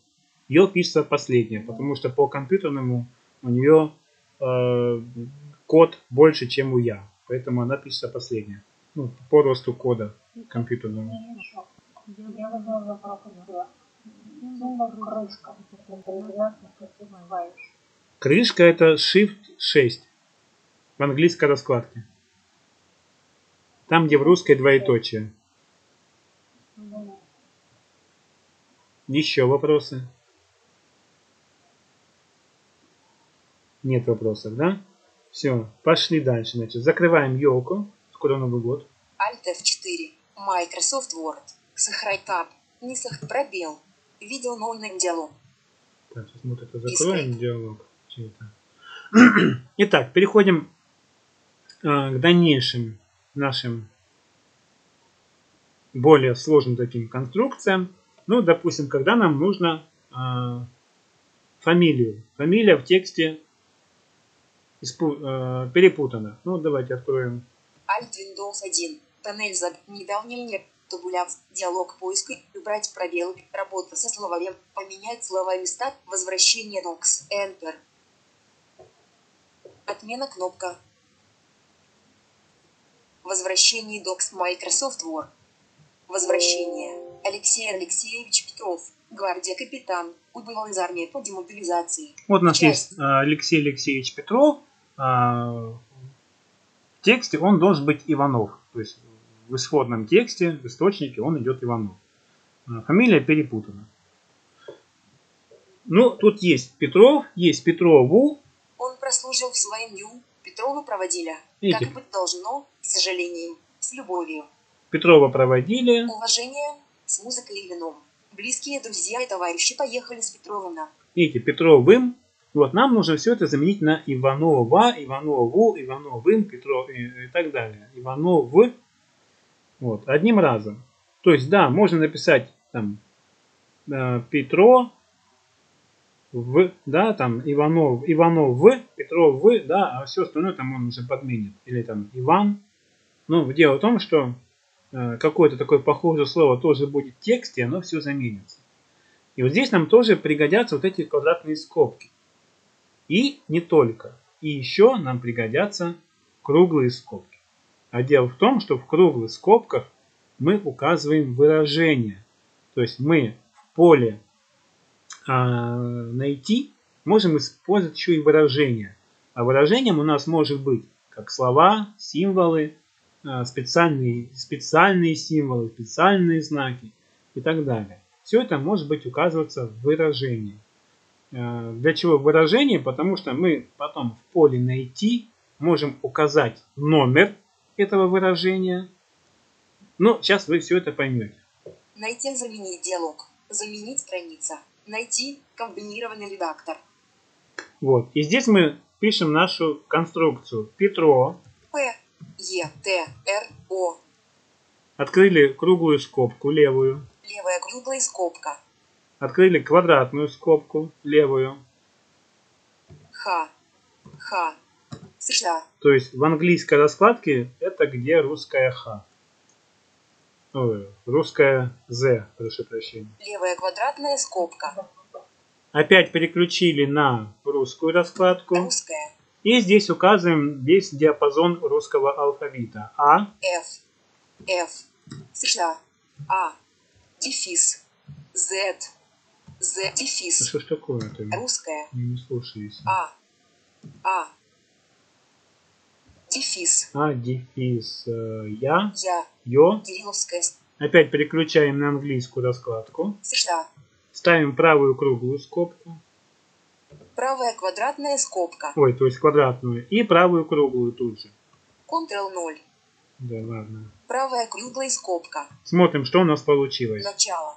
Ее пишется последнее, потому что по компьютерному у нее э, код больше, чем у я. Поэтому она пишется последняя. Ну, по росту кода компьютерному.
Я возможно пропустила. Символ крышка. Комбинация сочетаешь.
Крышка это Shift 6 в английской раскладке. Там, где в русской двоеточие. Еще вопросы? Нет вопросов, да? Все, пошли дальше. Значит, закрываем елку. Скоро Новый год.
Alt F4. Microsoft Word. Сохрать таб. Не сох... Пробел. Видел новым делом.
Так, сейчас мы вот это закроем, диалог. чей это. Итак, переходим э, к дальнейшим нашим более сложным таким конструкциям. Ну, допустим, когда нам нужно э, фамилию. Фамилия в тексте испу- э, перепутана. Ну, давайте откроем.
Alt Windows 1. Панель за не дал мне мне табуляв. Диалог поиска. Убрать пробел. Работа со словарем. Поменять слова места. Возвращение Nox. Enter. Отмена кнопка. Возвращение Docs Microsoft Word. Возвращение. Алексей Алексеевич Петров. Гвардия капитан. Убыл из армии по демобилизации.
Вот у нас
Часть.
есть э, Алексей Алексеевич Петров. А, В тексте он должен быть Иванов. То есть в исходном тексте, в источнике он идет Иванов. А, Фамилия перепутана. Ну, тут есть Петров, есть Петрову.
Он прослужил всю войну. Петрова проводили.
Видите?
Как и быть должно, с сожалением, с любовью.
Петрова проводили.
Уважение, с музыкой и вином. Близкие друзья и товарищи поехали с Петровым на
Видите, Петровым. Вот нам нужно все это заменить на Иванова, Иванову, Ивановым, Петров и, и так далее. Иванов. Вот, одним разом. То есть, да, можно написать там э, Петро в, да, там Иванов, Иванов в, Петров в, да, а все остальное там он уже подменит. Или там Иван. Но дело в том, что э, какое-то такое похожее слово тоже будет в тексте, и оно все заменится. И вот здесь нам тоже пригодятся вот эти квадратные скобки. И не только. И еще нам пригодятся круглые скобки. А дело в том, что в круглых скобках мы указываем выражение. То есть мы в поле а, найти можем использовать еще и выражение. А выражением у нас может быть как слова, символы, а, специальные, специальные символы, специальные знаки и так далее. Все это может быть указываться в выражении. Э, Для чего выражение? Потому что мы потом в поле «Найти» можем указать номер этого выражения. Ну, сейчас вы все это поймете.
Найти заменить диалог. Заменить страница. Найти комбинированный редактор.
Вот. И здесь мы пишем нашу конструкцию. Петро.
П. Е. Т. Р. О.
Открыли круглую скобку левую.
Левая круглая скобка.
Открыли квадратную скобку левую.
Х. Х. США.
То есть в английской раскладке это где русская Х. Ой, русская З, прошу прощения.
Левая квадратная скобка.
Опять переключили на русскую раскладку.
Русская.
И здесь указываем весь диапазон русского алфавита. А,
Ф. Ф. США. А. Дефис. З. З.
ну
Дефис.
что ж такое-то? Я
Русская.
не слушаюсь.
А. А. Дефис.
А, дефис, э, я,
Я.
ё.
Кирилловская. с-
Опять переключаем на английскую раскладку.
США.
Ставим правую круглую скобку.
Правая квадратная скобка.
Ой, то есть квадратную. И правую круглую тут же.
Ctrl 0.
Да, ладно.
Правая круглая скобка.
Смотрим, что у нас получилось.
Начало.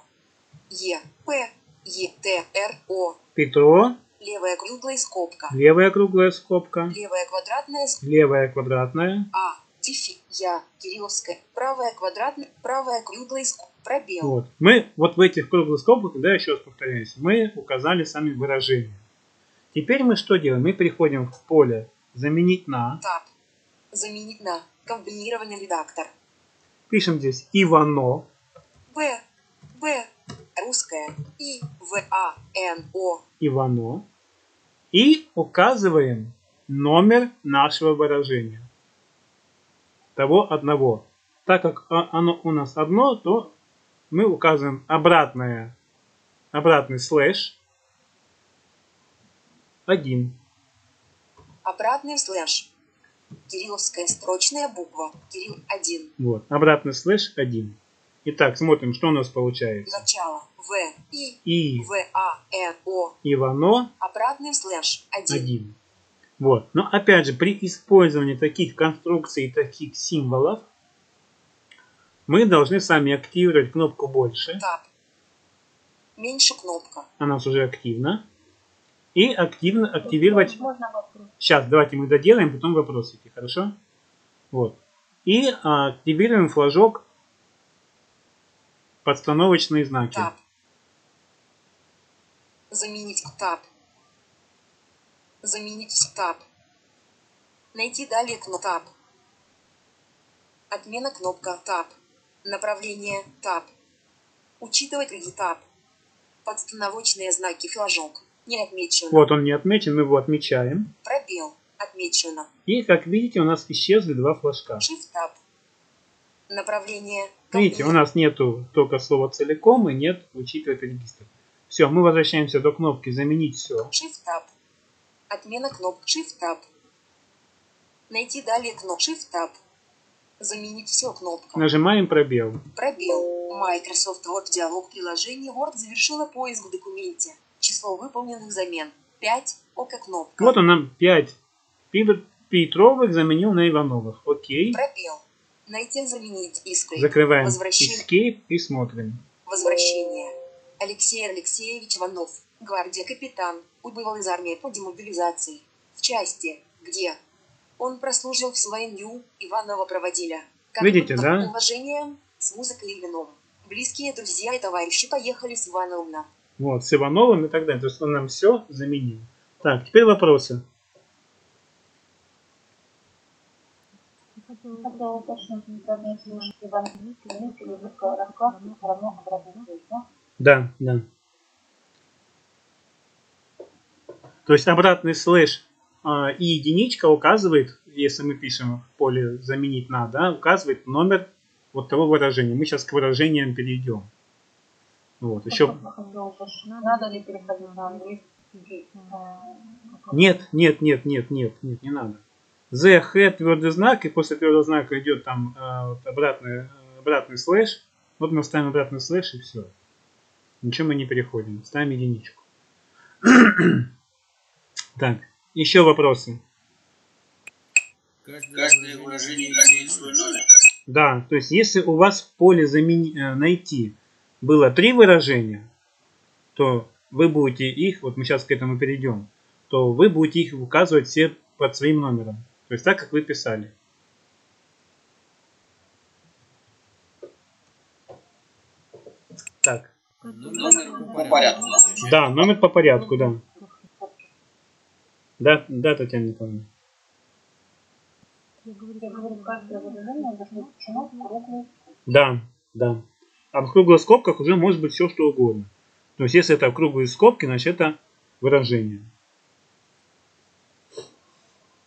Е. П. Е. Т. Р. О.
Петро,
Левая круглая скобка.
левая круглая скобка,
Левая квадратная скобка.
левая квадратная,
А. Тифи. Я. Кирилловская. Правая квадратная. Правая круглая скобка. Пробел.
Вот. Мы вот в этих круглых скобках, да, еще раз повторяюсь, мы указали сами выражения. Теперь мы что делаем? Мы переходим в поле «Заменить на»,
Таб. Заменить на. Комбинированный редактор.
пишем здесь «Ивано»,
Б. Б. Русская. И. В. А. Н. О.
«Ивано», и указываем номер нашего выражения. Того одного. Так как о- оно у нас одно, то мы указываем обратное, обратный слэш один.
Обратный слэш. Кирилловская строчная буква. Кирилл 1.
Вот, обратный слэш 1. Итак, смотрим, что у нас получается.
Начало. В. И.
И
В. А. Н. О.
Ивано
Обратный слэш 1.
1. Вот. Но опять же, при использовании таких конструкций и таких символов, мы должны сами активировать кнопку «Больше».
Таб. Меньше кнопка.
Она у нас уже активна. И активно активировать
Можно вопрос?
Сейчас, давайте мы доделаем, потом вопросики, хорошо? Вот. И а, активируем флажок подстановочные знаки.
Таб. Заменить таб. Заменить таб. Найти далее кнопку таб. Отмена кнопка таб. Направление таб. Учитывать другие таб. Подстановочные знаки флажок. Не отмечено.
Вот он не отмечен, мы его отмечаем.
Пробел. Отмечено.
И, как видите, у нас исчезли два флажка.
Shift таб. Направление.
Видите, у нас нету только слова целиком и нет учитывать регистр. Все, мы возвращаемся до кнопки «Заменить все».
Shift Tab. Отмена кнопки Shift Tab. Найти далее кнопку Shift Tab. Заменить все кнопка.
Нажимаем пробел.
Пробел. Microsoft Word диалог приложение Word завершила поиск в документе. Число выполненных замен. 5. ОК кнопка.
Вот он нам 5 Петровых заменил на Ивановых. Окей.
Пробел. Найти заменить искры.
Закрываем
Возвращение.
Escape и смотрим.
Возвращение. Алексей Алексеевич Иванов, гвардия капитан, убывал из армии по демобилизации. В части, где он прослужил всю войну, Иванова проводили.
Видите,
будто
да?
С уважением, с музыкой и вином. Близкие друзья и товарищи поехали с Ивановым на
Вот, с Ивановым и так далее. То есть он нам все заменил. Так, теперь вопросы.
Я хотела
Хотела
уточнить, интернет служит Иван Дмитриевич, русского расклада, все равно обрабатывает, да?
Да, да. То есть обратный слэш а, и единичка указывает, если мы пишем в поле заменить на, да, указывает номер вот того выражения. Мы сейчас к выражениям перейдем. Вот, еще...
Просто хотела уточнить, Надо ли переходить на английский? э, как-
Нет, нет, нет, нет, нет, нет, не надо. The H твердый знак, и после твердого знака идет там э, вот обратный, э, обратный слэш. Вот мы ставим обратный слэш и все. Ничего мы не переходим. Ставим единичку. так, еще вопросы.
Каждое выражение имеет свой номер.
Да, то есть если у вас в поле замени- э, найти было три выражения, то вы будете их, вот мы сейчас к этому перейдем, то вы будете их указывать все под своим номером. То есть так, как вы писали. Так.
Номер Ну, по порядку.
Да, номер по порядку, да. Да, да, Татьяна Николаевна.
Я говорю,
Я говорю,
каждое выражение должно быть чему круглый.
Да, да. А в круглых скобках уже может быть все, что угодно. То есть, если это круглые скобки, значит, это выражение.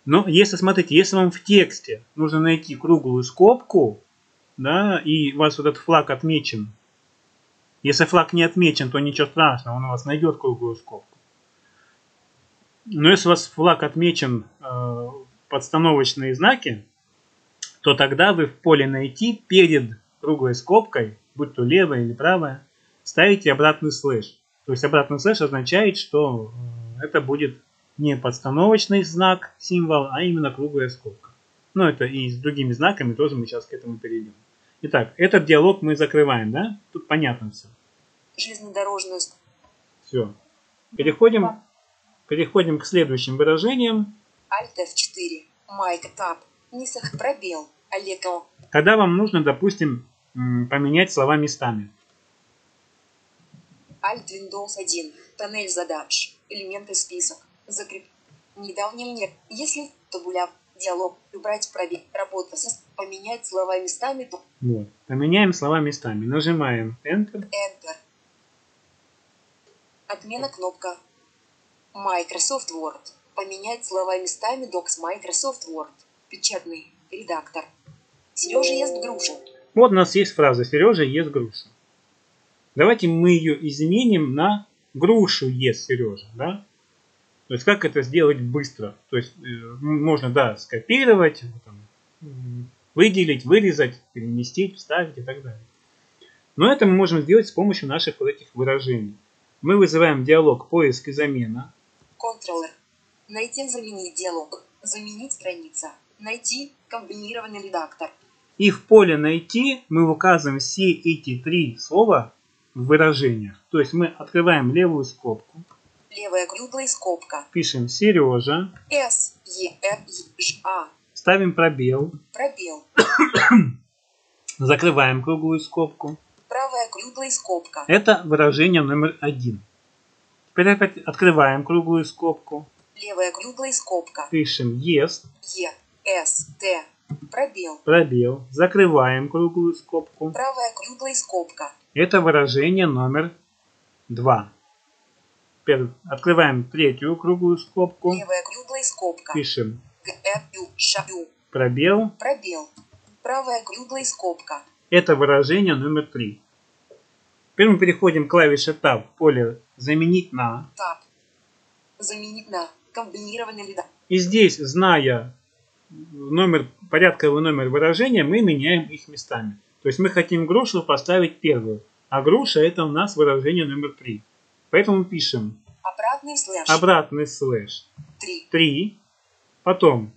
Но если, смотрите, если вам в тексте нужно найти круглую скобку, да, и у вас вот этот флаг отмечен, если флаг не отмечен, то ничего страшного, он у вас найдет круглую скобку. Но если у вас флаг отмечен э, подстановочные знаки, то тогда вы в поле «Найти» перед круглой скобкой, будь то левая или правая, ставите обратный слэш. То есть обратный слэш означает, что э, это будет не подстановочный знак, символ, а именно круглая скобка. Но это и с другими знаками тоже мы сейчас к этому перейдем. Итак, этот диалог мы закрываем, да? Тут понятно все.
железнодорожную ст-
Все. Переходим Переходим к следующим выражениям.
Alt F4. Майк Тап. Нисах пробел. Олего.
Когда вам нужно, допустим, м, поменять слова местами.
Alt Windows 1. Тоннель задач. Элементы список. Закреп. Недавним нет. Если табуля. Диалог. Убрать пробел. Работа со. Поменять слова местами. то
Вот. Поменяем слова местами. Нажимаем Enter.
Enter. Отмена кнопка. Microsoft Word. Поменять слова местами докс Microsoft Word. Печатный. Редактор. Сережа ест груши.
Вот у нас есть фраза «Сережа ест грушу». Давайте мы ее изменим на «Грушу ест Сережа». Да? То есть как это сделать быстро? То есть э, можно, да, скопировать, там, м, выделить, вырезать, переместить, вставить и так далее. Но это мы можем сделать с помощью наших вот этих выражений. Мы вызываем диалог «Поиск и замена».
Контроллер. Найти заменить диалог. Заменить страница. Найти комбинированный редактор.
И в поле «Найти» мы указываем все эти три слова в выражениях. То есть мы открываем левую скобку,
Левая круглая скобка.
пишем «Сережа»,
С, Е, Р, И, Ж, А.
Ставим пробел,
Пробел.
закрываем круглую скобку.
Правая круглая скобка.
Это выражение номер один. Теперь опять открываем круглую скобку,
Левая круглая скобка.
пишем «ест»,
Е, С, Т. Пробел.
пробел, закрываем круглую скобку.
Правая круглая скобка.
Это выражение номер два. Теперь открываем третью круглую скобку,
Левая круглая скобка.
пишем
Г, Р, Ю, Ш, Ю.
«пробел».
Пробел. Правая круглая скобка.
Это выражение номер три. Теперь мы переходим к клавише «Tab» в поле «Заменить на».
Тап. Заменить на комбинированный редактор.
И здесь, зная номер, порядковый номер выражения, мы меняем их местами. То есть мы хотим грушу поставить первую, а груша это у нас выражение номер 3. Поэтому пишем
Обратный слэш.
обратный слэш
3.
3, потом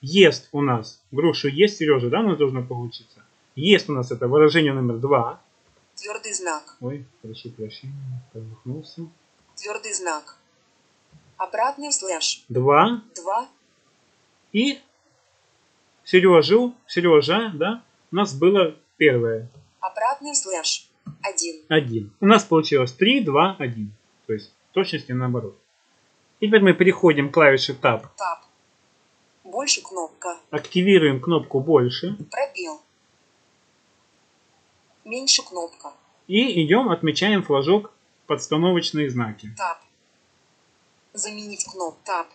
ест у нас, грушу ест, Сережа, да, у нас должно получиться. Ест у нас это выражение номер 2.
Твердый знак.
Ой, прошу прощения, промахнулся.
Твердый знак. Обратный слэш.
2,
2.
И Сережу, Сережа, да, у нас было первое,
Обратный слэш. 1.
1. У нас получилось 3, 2, 1. То есть в точности наоборот. И теперь мы переходим к клавише Tab.
Тап. Больше кнопка.
Активируем кнопку «Больше»
Пробел. Меньше кнопка.
и идем, отмечаем флажок «Подстановочные знаки».
Тап. Заменить кноп. Тап.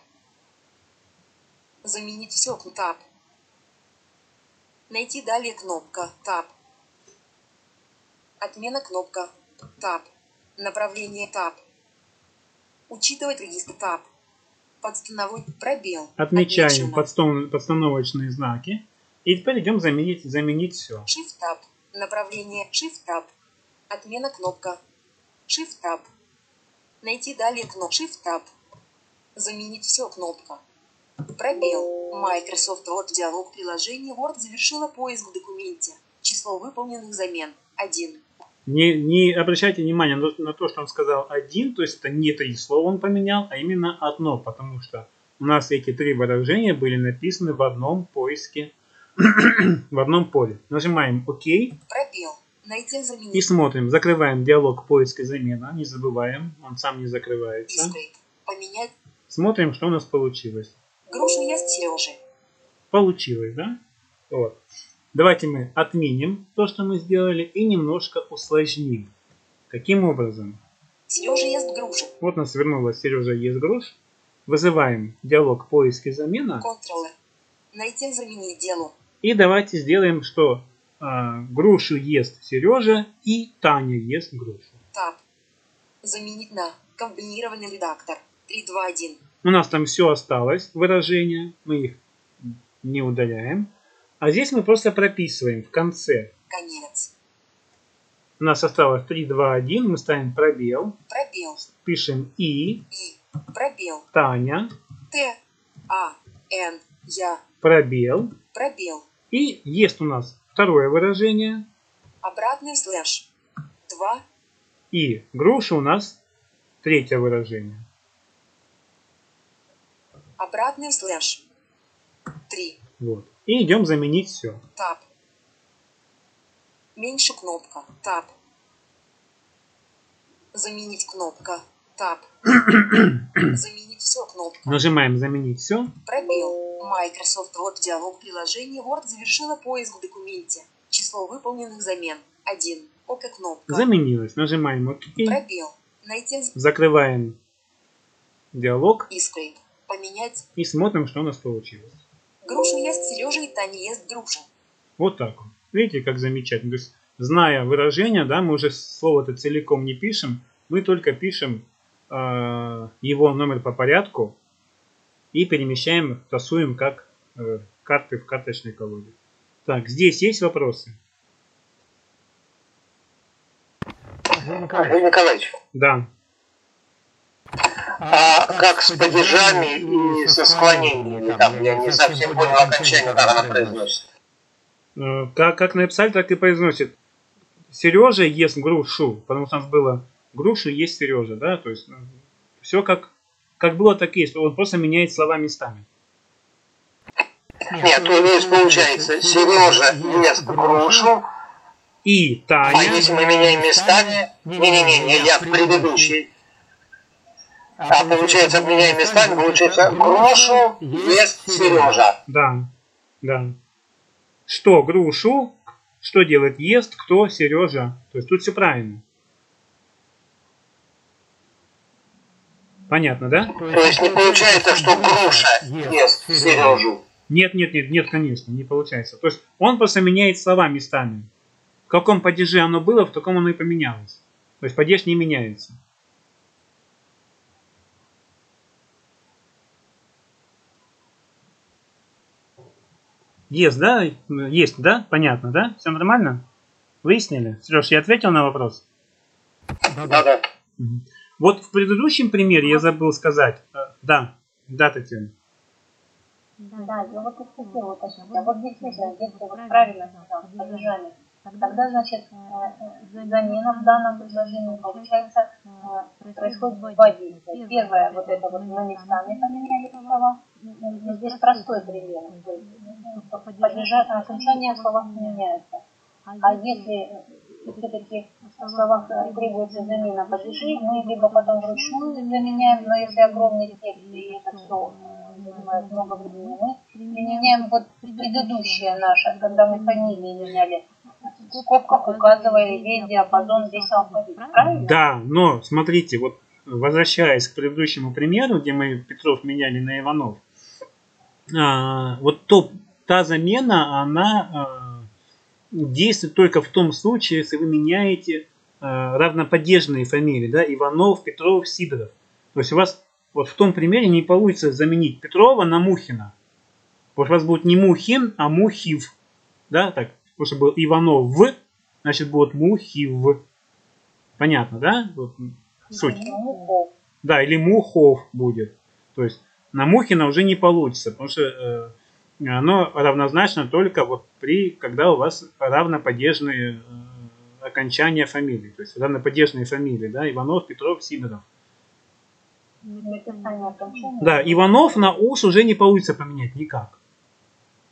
Заменить все. Тап. Найти далее кнопка. Тап. Отмена кнопка. Тап. Направление. Тап. Учитывать регистр. Тап. Подстановой пробел.
Отмечаем
Отмечено.
подстан- подстановочные знаки. И теперь идем заменить, заменить все.
Shift Tab. Направление Shift Tab. Отмена кнопка. Shift Tab. Найти далее кнопку Shift Tab. Заменить все кнопка. Пробел. Microsoft Word диалог приложение Word завершила поиск в документе. Число выполненных замен. 1.
Не, не обращайте внимания на, на то, что он сказал один, то есть это не три слова он поменял, а именно одно, потому что у нас эти три выражения были написаны в одном поиске, в одном поле. Нажимаем ОК
Пробел. Найти
и
заменить.
смотрим. Закрываем диалог поиска и замена, не забываем, он сам не закрывается.
Escape. Поменять.
Смотрим, что у нас получилось.
Грушу ест Сережа.
Получилось, да? Вот. Давайте мы отменим то, что мы сделали, и немножко усложним. Каким образом?
Сережа ест груши.
Вот нас вернулась Сережа ест груш. Вызываем диалог поиск и замена.
Контроллер. Найти заменить делу.
И давайте сделаем, что а, грушу ест Сережа и Таня ест грушу.
Тап. Заменить А, на комбинированный редактор. 321.
У нас там все осталось, выражения, мы их не удаляем. А здесь мы просто прописываем в конце.
Конец.
У нас осталось 3, 2, 1, мы ставим пробел,
Пробел.
пишем И,
И. Пробел.
Таня,
Т. А. Н. Я.
пробел.
Пробел.
И есть у нас второе выражение.
Обратный слэш. 2.
И груша у нас третье выражение.
обратный слэш. 3.
Вот. И идем заменить все.
Тап. Меньше кнопка. Тап. Заменить кнопка. Тап. Заменить все кнопка.
Нажимаем заменить все.
Пробел. Microsoft Word диалог приложения Word завершила поиск в документе. Число выполненных замен. 1. ОК кнопка.
Заменилось. Нажимаем ОК.
Пробел. Найти з-
Закрываем диалог
искры. Поменять.
и смотрим, что у нас получилось.
Грушу ест Сережа и Таня ест грушу.
Вот так вот. Видите, как замечательно. То есть, зная выражение, да, мы уже слово-то целиком не пишем, мы только пишем э, его номер по порядку и перемещаем, тасуем как э, карты в карточной колоде. Так, здесь есть вопросы?
Андрей Николаевич,
Да.
а как с падежами и со склонениями? Там, я не совсем понял окончание, как она произносит.
Э, Как, как написали, так и произносит. Сережа ест грушу, потому что у нас было грушу есть Сережа, да, то есть все как, как было, так и есть. Он просто меняет слова местами.
Нет, ну, у есть получается, ну, Сережа А ест грушу,
И
а
Таня,
если мы меняем местами... Не-не-не, я предыдущий. А получается, меняем местами, получается, грушу ест Сережа.
да, да. Что грушу, что делает ест, кто Сережа. То есть тут все правильно. Понятно, да?
То есть не получается, что груша ест Сережу.
Нет, нет, нет, нет, конечно, не получается. То есть он просто меняет слова местами. В каком падеже оно было, в таком оно и поменялось. То есть падеж не меняется. Есть, да? Есть, да? Понятно, да? Все нормально? Выяснили? Сереж, я ответил на вопрос?
Да-да.
Мгм. Вот в предыдущем примере я забыл сказать. Э, Да, да, Татьяна.
Да, я вот и хотела уточнить. А вот действительно, если вы правильно сказали, поддержали, тогда, значит, э, э, замена в данном предложении, получается, э, происходит два действия. Первое, вот ну, это вот мы местами поменяли слова. Ну, Здесь простой пример. То есть, ну, Падежа, окончание слова меняется. А если все-таки в словах э, требуется замена падежей, мы либо потом вручную заменяем, но если огромный текст, и это все занимает много времени, мы применяем вот предыдущее наше, когда мы фамилии меняли. В скобках указывали весь диапазон, весь алфавит. Правильно?
Да, но смотрите, вот возвращаясь к предыдущему примеру, где мы Петров меняли на Иванов, а, вот то, та замена, она а, действует только в том случае, если вы меняете а, равноподдержные фамилии, да, Иванов, Петров, Сидоров. То есть у вас вот в том примере не получится заменить Петрова на Мухина. Вот у вас будет не Мухин, а Мухив. Да, так, потому что был Иванов, значит, будет Мухив. Понятно, да? Вот суть.
Ну,
Да, или Мухов будет. То есть на Мухина уже не получится, потому что э, оно равнозначно только вот при, когда у вас равноподдержные э, окончания фамилий. То есть равноподдержные фамилии, да, Иванов, Петров, Сидоров.
написание окончания.
Да, Иванов на Уш уже не получится поменять никак.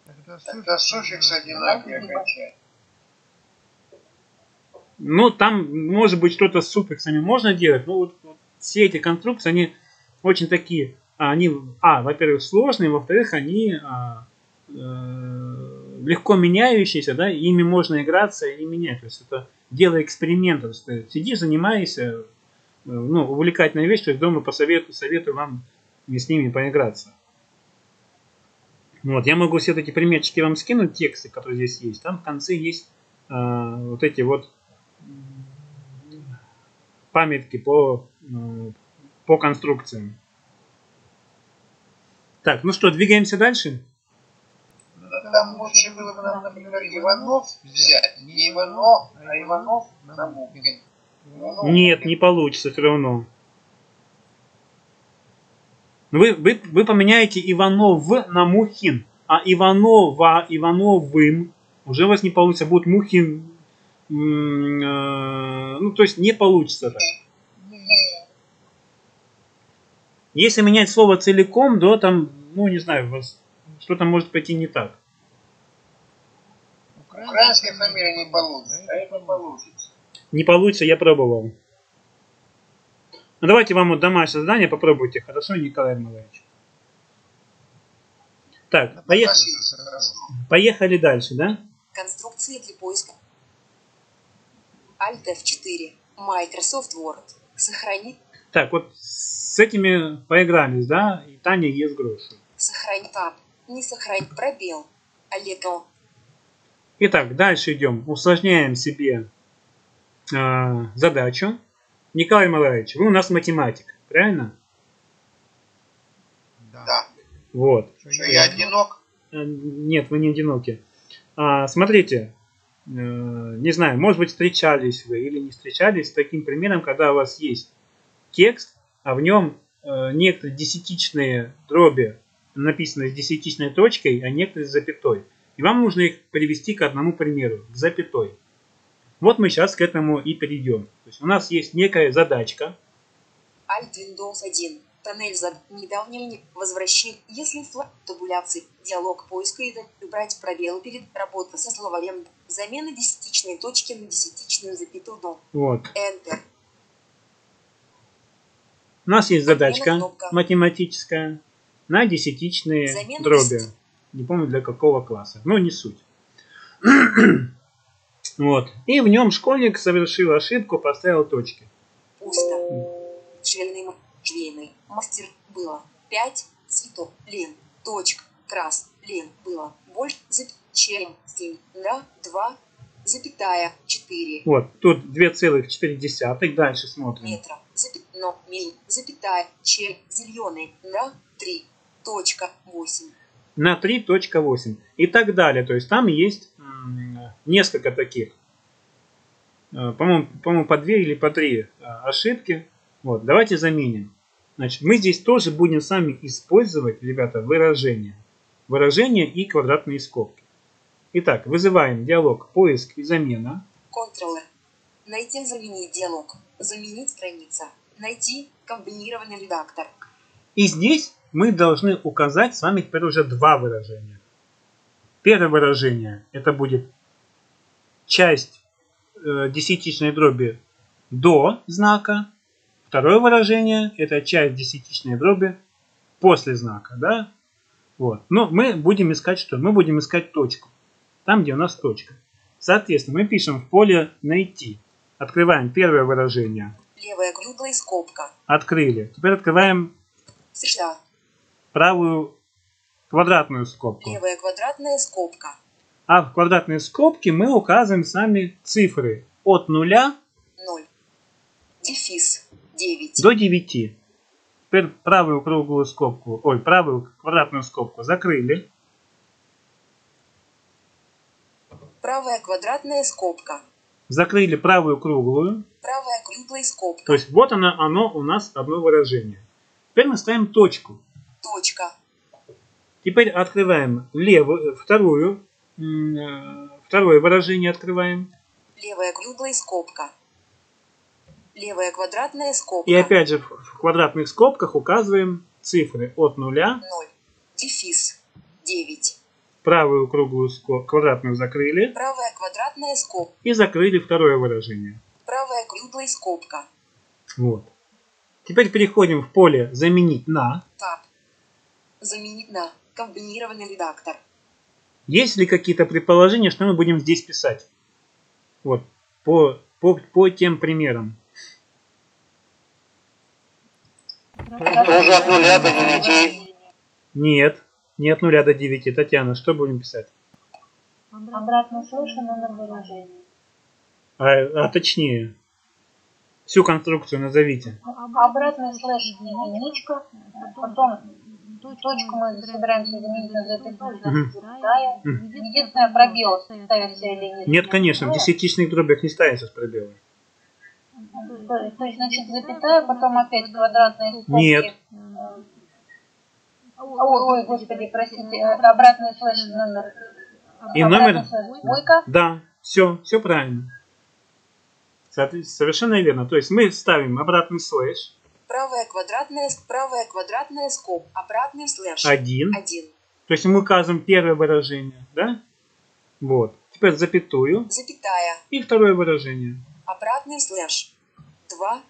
Тогда
Тогда суффикс одинаковый окончание.
Ну, там, может быть, что-то с суффиксами можно делать, но вот, вот все эти конструкции, они очень такие, а, они, а, во-первых, сложные, во-вторых, они а, э, легко меняющиеся, да, и ими можно играться и менять. То есть это дело экспериментов. То есть ты сидишь, занимайся, э, ну, увлекательная вещь, то есть дома посоветую, советую вам и с ними поиграться. Вот, я могу все эти примерчики вам скинуть, тексты, которые здесь есть. Там в конце есть а, вот эти вот м, памятки по, м, по конструкциям. Так, ну что, двигаемся дальше?
Там лучше было бы нам, например, Иванов взять. Не Иванов, а Иванов на Мухин. Иванов-
Нет, не получится все равно. Ну, Вы, вы, вы поменяете Иванов на Мухин, а Иванова Ивановым уже у вас не получится, будет Мухин. м, э, Ну, то есть не получится так. Если менять слово целиком, да, там ну, не знаю, у вас что-то может пойти не так.
Украинская фамилия не получится, а это получится.
Не получится, я пробовал. Ну, давайте вам вот домашнее задание попробуйте, хорошо, Николай Армалович? Так, поехали,
Согласился, хорошо.
поехали дальше, да?
Конструкции для поиска. Alt F4. Microsoft Word. Сохранить.
Так, вот с этими поигрались, да? И Таня ест грушу.
Сохранить таб. Не сохранить пробел. Олего.
Итак, дальше идем. Усложняем себе э, задачу. Николай Малаевич, вы у нас математик, правильно?
Да.
Вот.
Что я одинок?
Э, Нет, вы не одиноки. А, смотрите, э, не знаю, может быть, встречались вы или не встречались с таким примером, когда у вас есть текст, а в нем э, некоторые десятичные дроби написаны с десятичной точкой, а некоторые с запятой. И вам нужно их привести к одному примеру, к запятой. Вот мы сейчас к этому и перейдем. То есть у нас есть некая задачка.
Alt Windows 1. Тоннель за недавним не возвращение. Если флаг табуляции, диалог поиска и за- убрать пробелы перед работа со словарем. Замена десятичной точки на десятичную запятую до.
Вот.
Enter.
У нас есть задачка
кнопка.
математическая на десятичные
Замена
дроби.
десяти.
Не помню для какого класса. Ну, не суть. вот. И в нем школьник совершил ошибку, поставил точки.
Пусто. Швейный, м- швейный мастер было 5 цветов лен точка крас лен было больше зап- чем тень да 2 запятая 4
Вот. Тут 2,4. Дальше смотрим.
метра запят но миль запятая чем зеленый да 3 точка 8
На 3.8. И так далее. То есть там есть м, несколько таких. Э, По-моему, по-моему, по 2 или по 3 ошибки. Вот. Давайте заменим. Значит, мы здесь тоже будем сами использовать, ребята, выражения. Выражения и квадратные скобки. Итак, вызываем диалог поиск и замена.
контроллер найти заменить диалог заменить страница найти комбинированный редактор
И здесь мы должны указать с вами теперь уже два выражения. Первое выражение это будет часть э, десятичной дроби до знака. Второе выражение это часть десятичной дроби после знака. Да? Вот. Но мы будем искать что? Мы будем искать точку. Там, где у нас точка. Соответственно, мы пишем в поле «Найти». Открываем первое выражение.
левая круглая скобка
Открыли. Теперь открываем
сша
правую квадратную скобку.
левая квадратная скобка
А в квадратной скобке мы указываем сами цифры от 0
0. Дефис 9.
до 9. Теперь правую круглую скобку, ой, правую квадратную скобку закрыли.
Правая квадратная скобка.
Закрыли правую круглую.
Правая круглая
То
скобка.
есть вот оно, оно у нас одно выражение. Теперь мы ставим точку.
Точка.
Теперь открываем левую, э, вторую, м, э, второе выражение открываем.
Левая круглая скобка. Левая квадратная скобка.
И опять же в- в квадратных скобках указываем цифры от 0
0. Дефис 9.
правую круглую ско- квадратную закрыли
Правая квадратная скобка.
и закрыли второе выражение.
Правая круглая скобка.
Вот. Теперь переходим в поле «Заменить на».
Таб. Заменить на комбинированный редактор.
Есть ли какие-то предположения, что мы будем здесь писать? Вот. По, по, по тем примерам.
Тоже от нуля до девяти.
Нет. Не от нуля до 9. Татьяна, что будем писать?
Обратно слышу номер выражения.
А, а точнее, всю конструкцию назовите.
Обратно слэш единичка, потом точку мы собираемся заменить на запятую,
Мгм.
значит запятая.
Мгм.
Единственное пробел ставится или нет.
Нет, конечно, в
Ну,
десятичных дробях не ставится пробелы.
Ну, То есть, то есть, значит, запятая, потом опять квадратные скобки.
Нет.
Э, А, Ой, ой, господи, простите, э, обратный слэш номер.
И
обратный
номер?
слэш Двойка.
Да, все, все правильно. Соответ- Совершенно верно. То есть мы ставим обратный слэш,
правая квадратная, правая квадратная скоб, обратный слэш.
1.
Один.
То есть мы указываем первое выражение, да? Вот. Теперь запятую.
Запятая.
И второе выражение.
Обратный слэш. Два.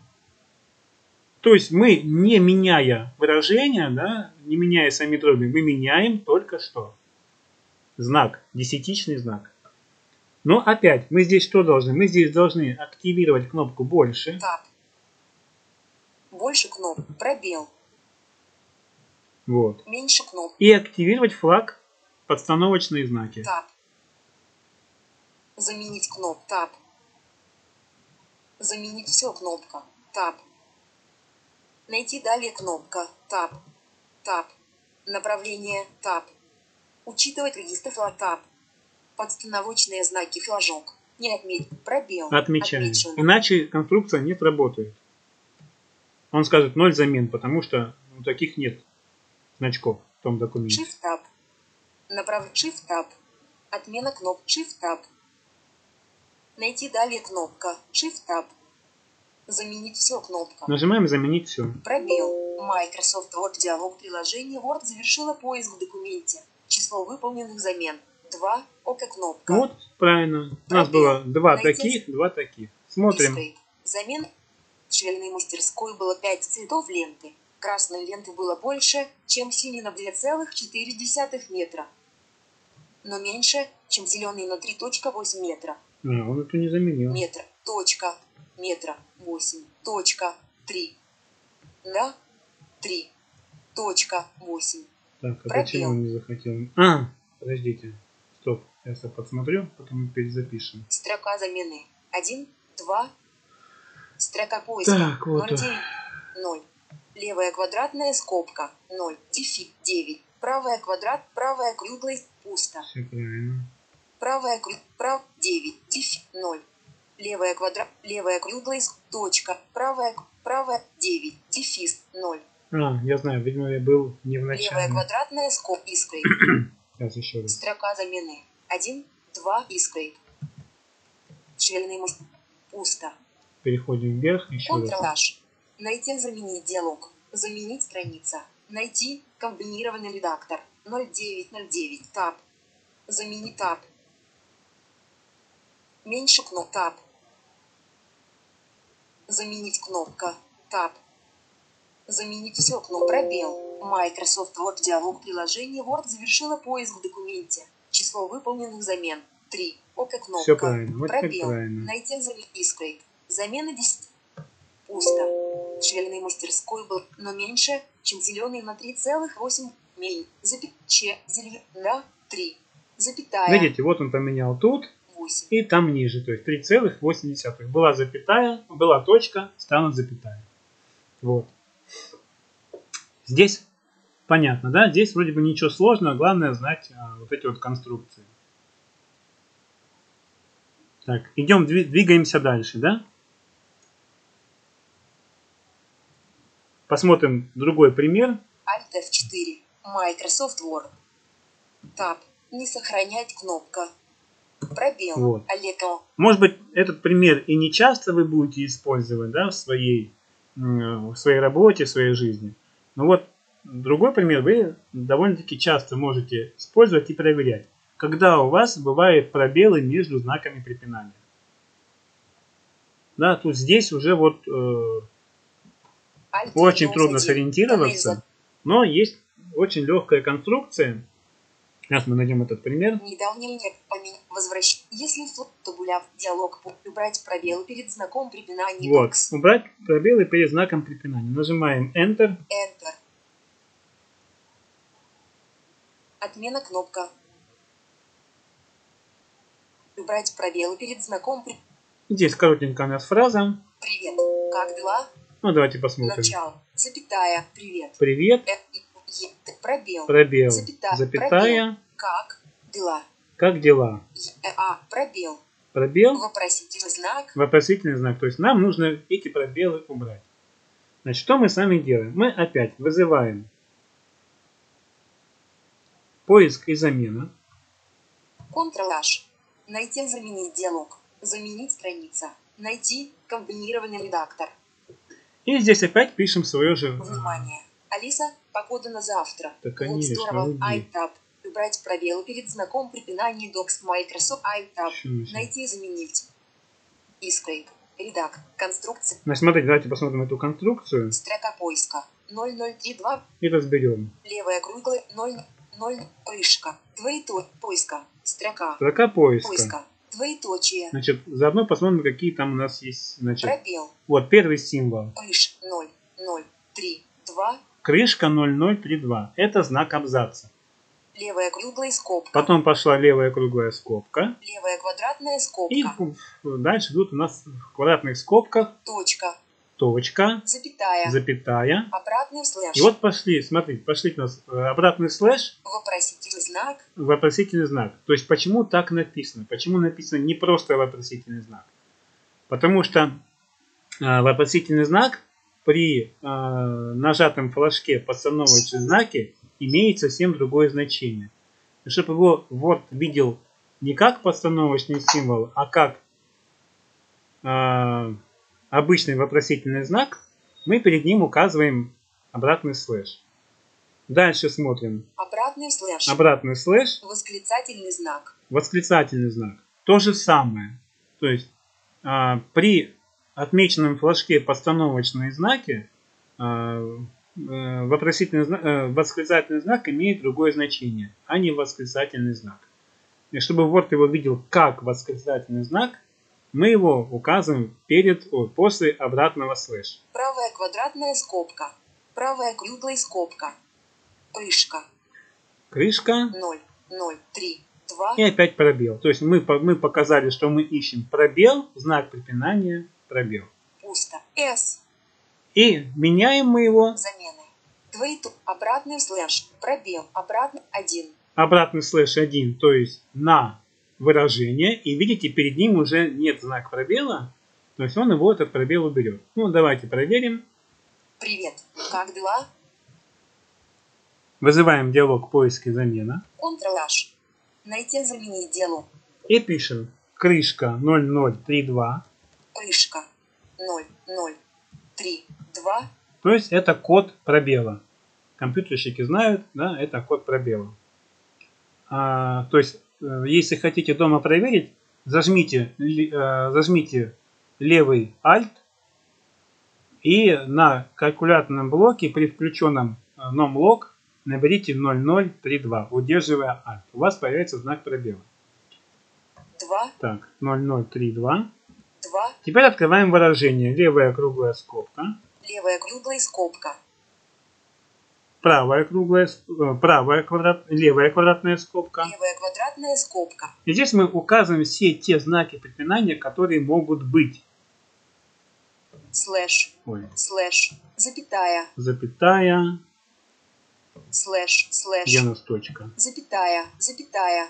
То есть мы, не меняя выражения, да, не меняя сами дроби, мы меняем только что. Знак, десятичный знак. Но опять, мы здесь что должны? Мы здесь должны активировать кнопку «Больше».
Таб. Больше кноп. Пробел.
Вот.
Меньше кноп.
И активировать флаг «Подстановочные знаки».
Таб. Заменить кноп. Таб. Заменить все кнопка. Таб. Найти далее кнопка. Таб. Таб. Направление. Таб. Учитывать регистр флаг. Таб. Подстановочные знаки флажок. Не отметь. Пробел.
Отмечаем.
Отмечен.
Иначе конструкция не сработает. Он скажет ноль замен, потому что ну, таких нет значков в том документе.
Shift Tab. Направ... Shift Tab. Отмена кноп Shift Tab. Найти далее кнопка Shift Tab. Заменить все кнопка.
Нажимаем «Заменить все».
Пробел. Microsoft Word диалог приложения Word завершила поиск в документе. Число выполненных замен. 2. ОК кнопка.
Вот, правильно. У нас было два
Найти-
таких, два таких. Смотрим.
Escape. Замен в швейной мастерской было 5 цветов ленты. Красной ленты было больше, чем синей на 2,4 метра. Но меньше, чем зеленой на 3,8 метра.
А, он эту не заменил.
Метр. Точка. Метра. 8. Точка. 3. Да? 3. Точка. 8.
Так, а
Пробел.
почему он не захотел? А, подождите. Стоп. Сейчас я посмотрю, потом перезапишем.
Строка замены. 1, 2. Строка поиска.
Так, вот
0, 9, 0. Левая квадратная скобка. 0. Дефи. 9. Правая квадрат. Правая круглость. Пусто.
Все правильно.
Правая крю... Прав... 9. Дефи. 0. Левая квадрат. Левая круглость. Точка. Правая... к- Правая. 9. Дефис. 0.
А, я знаю, видимо, я был не в
Левая
начале.
квадратная скобка. Искры.
Сейчас еще раз.
Строка замены. 1, 2. Искры. Швельный мыс. Пусто.
Переходим вверх, еще раз.
Ctrl-H. Найти заменить диалог. Заменить страница. Найти комбинированный редактор. 0909 таб. Заменить таб. Меньше кноп таб. Заменить кнопка таб. Заменить все кноп пробел. Microsoft Word диалог приложение Word завершила поиск в документе. Число выполненных замен. 3. ОК кнопка.
Все правильно, вот так
ну, пробел.
правильно.
Найти заменить искрой. Замена 10. Пусто. Швейной мастерской был, но меньше, чем зеленый на 3,8 мень. Запи... Че. Зелье. Да. 3. Запятая.
Видите, вот он поменял тут
8.
и там ниже. То есть 3,8. Была запятая, была точка, стала запятая. Вот. Здесь понятно, да? Здесь вроде бы ничего сложного, главное знать а, вот эти вот конструкции. Так, идем, дви- двигаемся дальше, да? Посмотрим другой пример.
Alt F4. Microsoft Word. Таб. Не сохранять кнопка. Пробел.
Вот.
Олег. а,
Может быть, этот пример и не часто вы будете использовать да, в, своей, м, э, в своей работе, в своей жизни. Но вот другой пример вы довольно-таки часто можете использовать и проверять, когда у вас бывают пробелы между знаками препинания. Да, тут здесь уже вот э,
Alt
очень
Windows
трудно
1.
сориентироваться, но есть очень легкая конструкция. Сейчас мы найдем этот пример.
Недавний нет поменять. Возвращ. Если флот табуляв диалог по- убрать пробел перед знаком препинания.
Вот,
X.
убрать пробелы перед знаком препинания. Нажимаем Enter.
Enter. Отмена кнопка. Убрать пробелы перед знаком при-
Здесь коротенькая у нас фраза.
«Привет». Как дела?
Ну, давайте посмотрим.
Начало. Запятая. Привет.
Привет,
Э, и- е- т- Пробел.
пробел,
Запята-
запятая.
Как дела?
Как дела?
Е- э, А. Пробел.
Пробел,
Вопросительный знак.
вопросительный знак. То есть нам нужно эти пробелы убрать. Значит, что мы с вами делаем? Мы опять вызываем поиск и замена.
Ctrl-H. Найти заменить диалог. Заменить страница. Найти комбинированный редактор.
И здесь опять пишем свое же.
Внимание. Алиса, погода на завтра.
Да,
вот
конечно,
здорово.
уйди.
iTab. Убрать пробелы перед знаком препинании Docs Microsoft iTab.
Чё за-
Найти и заменить. Искрейк. Редак. Конструкция.
Ну, смотрите, давайте посмотрим эту конструкцию
Строка поиска. 0032.
и разберем.
Левая круглая. 0. 0. Рышка. Двоето. Поиска. Строка.
Строка поиска.
Поиска. Двоеточие.
Значит, заодно посмотрим, какие там у нас есть. Значит,
Пробел.
вот первый символ.
Рыш. 0. 0. 3. 2.
Крышка 0032. Это знак абзаца.
Левая круглая скобка.
Потом пошла левая круглая скобка.
Левая квадратная скобка.
И дальше идут у нас в квадратных скобках
Точка.
точка,
Запятая.
запятая.
Обратный слэш.
И вот пошли, смотрите, пошли у нас э, обратный слэш,
Вопросительный знак.
вопросительный знак. То есть почему так написано? Почему написано не просто вопросительный знак? Потому что э, вопросительный знак при э, нажатом флажке постановочной знаки имеет совсем другое значение. И Чтобы его вот видел не как постановочный символ, а как э, обычный вопросительный знак, мы перед ним указываем обратный слэш. Дальше смотрим.
Обратный слэш.
Обратный слэш
Восклицательный знак.
восклицательный знак. То же самое. То есть а, при отмеченном флажке постановочные знаки а, э, вопросительный зна- э, восклицательный знак имеет другое значение, а не восклицательный знак. И чтобы Word его видел как восклицательный знак, мы его указываем перед, о, после обратного слэш.
Правая квадратная скобка. Правая круглая скобка. Рышка.
Крышка
0. 0. 3. 2.
и опять пробел. То есть мы, по- мы показали, что мы ищем пробел, знак препинания, пробел.
Пусто. С.
И меняем мы его.
Замены. Двоету. Обратный слэш. Пробел. Обратный. 1.
Обратный слэш 1, то есть на выражение. И видите, перед ним уже нет знак пробела. То есть он его этот пробел уберет. Ну, давайте проверим.
Привет. Как дела?
Вызываем диалог поиска и замена.
Ctrl H. Найти и заменить делу.
И пишем крышка 0032.
Рышка. 0. 0. 3. 2.
То есть это код пробела. Компьютерщики знают, да, это код пробела. А, то есть, э, если хотите дома проверить, зажмите, ли- э, зажмите левый Alt и на калькуляторном блоке при включенном э, NomLog наберите 0032, удерживая Alt. У вас появится знак пробела.
2.
Так, 0032.
2.
Теперь открываем выражение. Левая круглая скобка.
Левая круглая скобка.
правая круглая, с- э, правая квадрат, левая квадратная скобка.
Левая квадратная скобка.
И здесь мы указываем все те знаки препинания, которые могут быть.
Слэш.
Ой,
Слэш. Запятая.
запятая,
Слэш. Слэш.
где у нас точка?
Запятая. Запятая.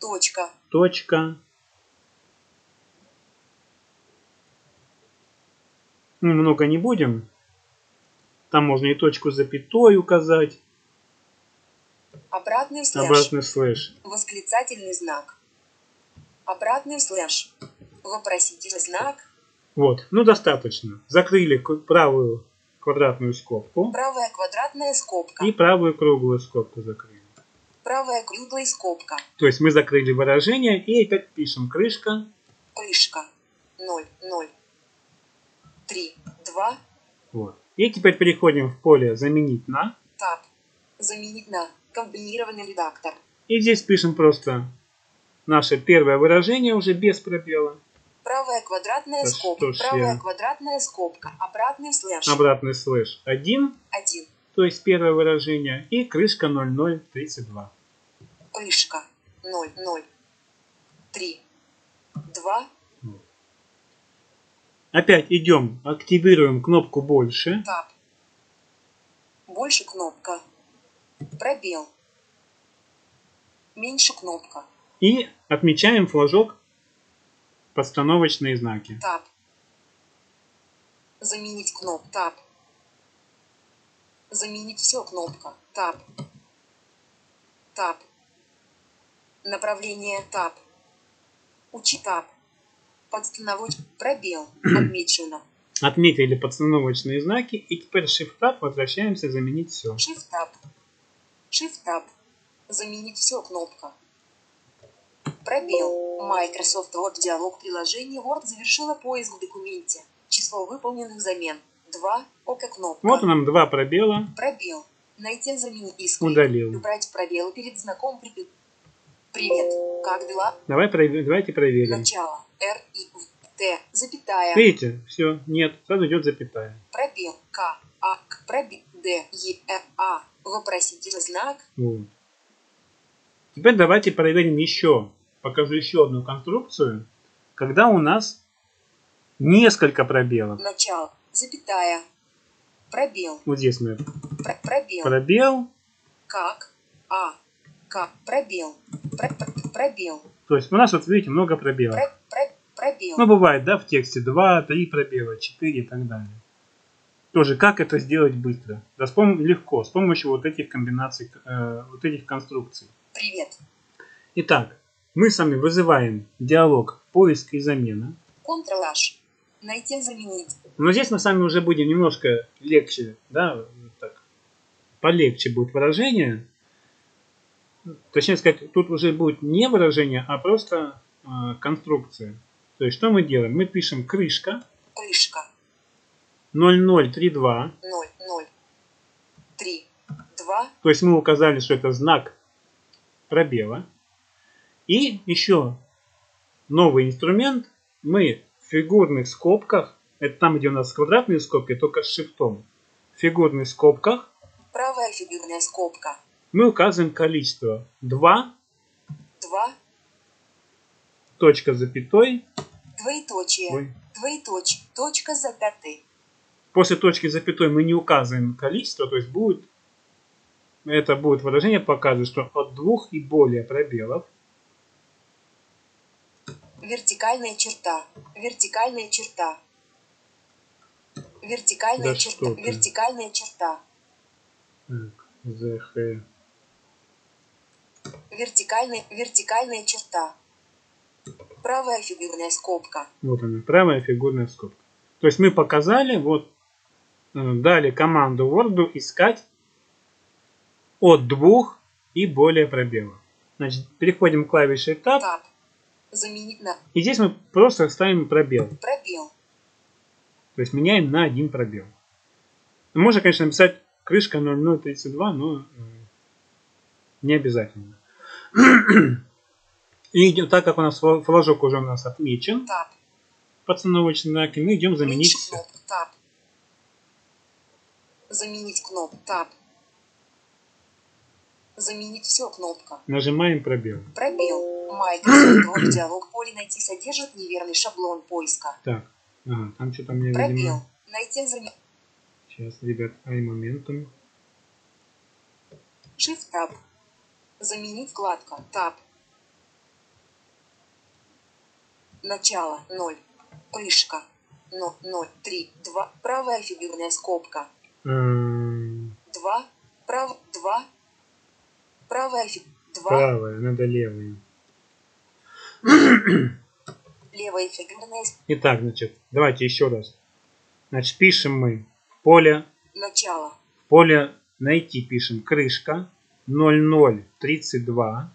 Точка.
Точка. Ну, много не будем. Там можно и точку с запятой указать,
Обратный слэш.
обратный слэш.
Восклицательный знак. Обратный слэш. Вопросительный знак.
Вот, ну достаточно. Закрыли к- правую квадратную скобку
Правая квадратная скобка.
и правую круглую скобку закрыли.
Правая круглая скобка.
То есть мы закрыли выражение и опять пишем крышка.
Крышка. 0. 0. 3. 2.
Вот. И теперь переходим в поле «Заменить на».
Таб. Заменить на комбинированный редактор.
И здесь пишем просто наше первое выражение уже без пробела.
Правая квадратная
Да что
скобка.
ж
Правая
я.
квадратная скобка. Обратный слэш.
Обратный слэш 1,
1.
то есть первое выражение. И крышка 0032.
Крышка. 0. 0. 3. 2.
Опять идем, активируем кнопку «Больше».
Таб. Больше кнопка. Пробел. Меньше кнопка.
И отмечаем флажок «Постановочные знаки».
Таб. Заменить кноп. Таб. Заменить все кнопка. Таб. Таб. Направление таб. Учи таб. Подстановочь пробел. Отмечено.
Отметили подстановочные знаки и теперь Shift-Tab возвращаемся заменить все.
Shift-Tab. Shift-Tab. Заменить все кнопка. Пробел. Microsoft Word диалог приложение Word завершила поиск в документе. Число выполненных замен. 2. Око кнопка.
Вот нам два пробела.
Пробел. Найти заменить иск.
Удалил.
Убрать пробел перед знаком при... Привет. Как дела?
Давай, прове- давайте проверим.
Начало. Р и В, Т. Запятая.
Видите, все, нет, сразу идет запятая.
Пробел. К. А. К. Пробел. Д. Е. Э. А. Вопросительный знак.
Вот. Теперь давайте проверим еще. Покажу еще одну конструкцию, когда у нас несколько пробелов.
Начало. Запятая. Пробел.
Вот здесь мы
Пр- пробел.
пробел,
Как. А. К. Пробел. Пр- пр- пробел.
то есть у нас, вот видите, много пробелов.
Пр- пр- пробел.
Ну, бывает, да, в тексте 2, 3 пробела, 4 и так далее. Тоже, как это сделать быстро? Да с пом- легко, с помощью вот этих комбинаций, э, вот этих конструкций.
Привет.
Итак, мы с вами вызываем диалог поиск и замена.
Ctrl-H. Найти заменить.
Но здесь мы с вами уже будем немножко легче, да, вот так, полегче будет выражение. Точнее сказать, тут уже будет не выражение, а просто э, конструкция. То есть что мы делаем? Мы пишем крышка
Крышка.
0032.
0, 0, 3, 2,
То есть мы указали, что это знак пробела. И еще новый инструмент. Мы в фигурных скобках, это там, где у нас квадратные скобки, только с шифтом. В фигурных скобках
правая фигурная скобка,
мы указываем количество 2,
2,
точка запятой.
двоеточие,
Ой.
двоеточие, точка за пятой,
После точки запятой мы не указываем количество, то есть будет это будет выражение показывает, что от двух и более пробелов.
вертикальная черта, вертикальная черта, вертикальная
Да
черта,
что ты.
вертикальная черта,
Так, ZH.
вертикальная, вертикальная черта, правая фигурная скобка,
Вот она, правая фигурная скобка. То есть мы показали, вот э, дали команду Word искать от двух и более пробелов. Значит, переходим к клавише Tab,
таб, заменить на
и здесь мы просто ставим пробел.
пробел,
То есть меняем на один пробел. Ну, Можно, конечно, написать крышка 0032, но э, не обязательно. И идем, так как у нас фла- флажок уже у нас отмечен,
таб,
подстановочные знаки, мы идем заменить
Меньше
все.
кноп, таб. Заменить кноп, таб. Заменить все кнопка.
Нажимаем пробел.
Пробел. Microsoft Word диалог поле найти содержит неверный шаблон поиска.
Так, ага, А, там что-то у меня,
Пробел.
видимо...
Найти заменить.
Сейчас, ребят, ай, моментум.
Shift таб. Заменить вкладка. Таб. Начало. 0. Крышка. 0, 0, 3, 2. Правая фигурная скобка.
Эм,
2, прав, 2, правая фи- 2,
Правая, надо левая.
левая фигурная, с-
Итак, значит, давайте еще раз. Значит, пишем мы поле
начало,
поле найти пишем крышка 0032.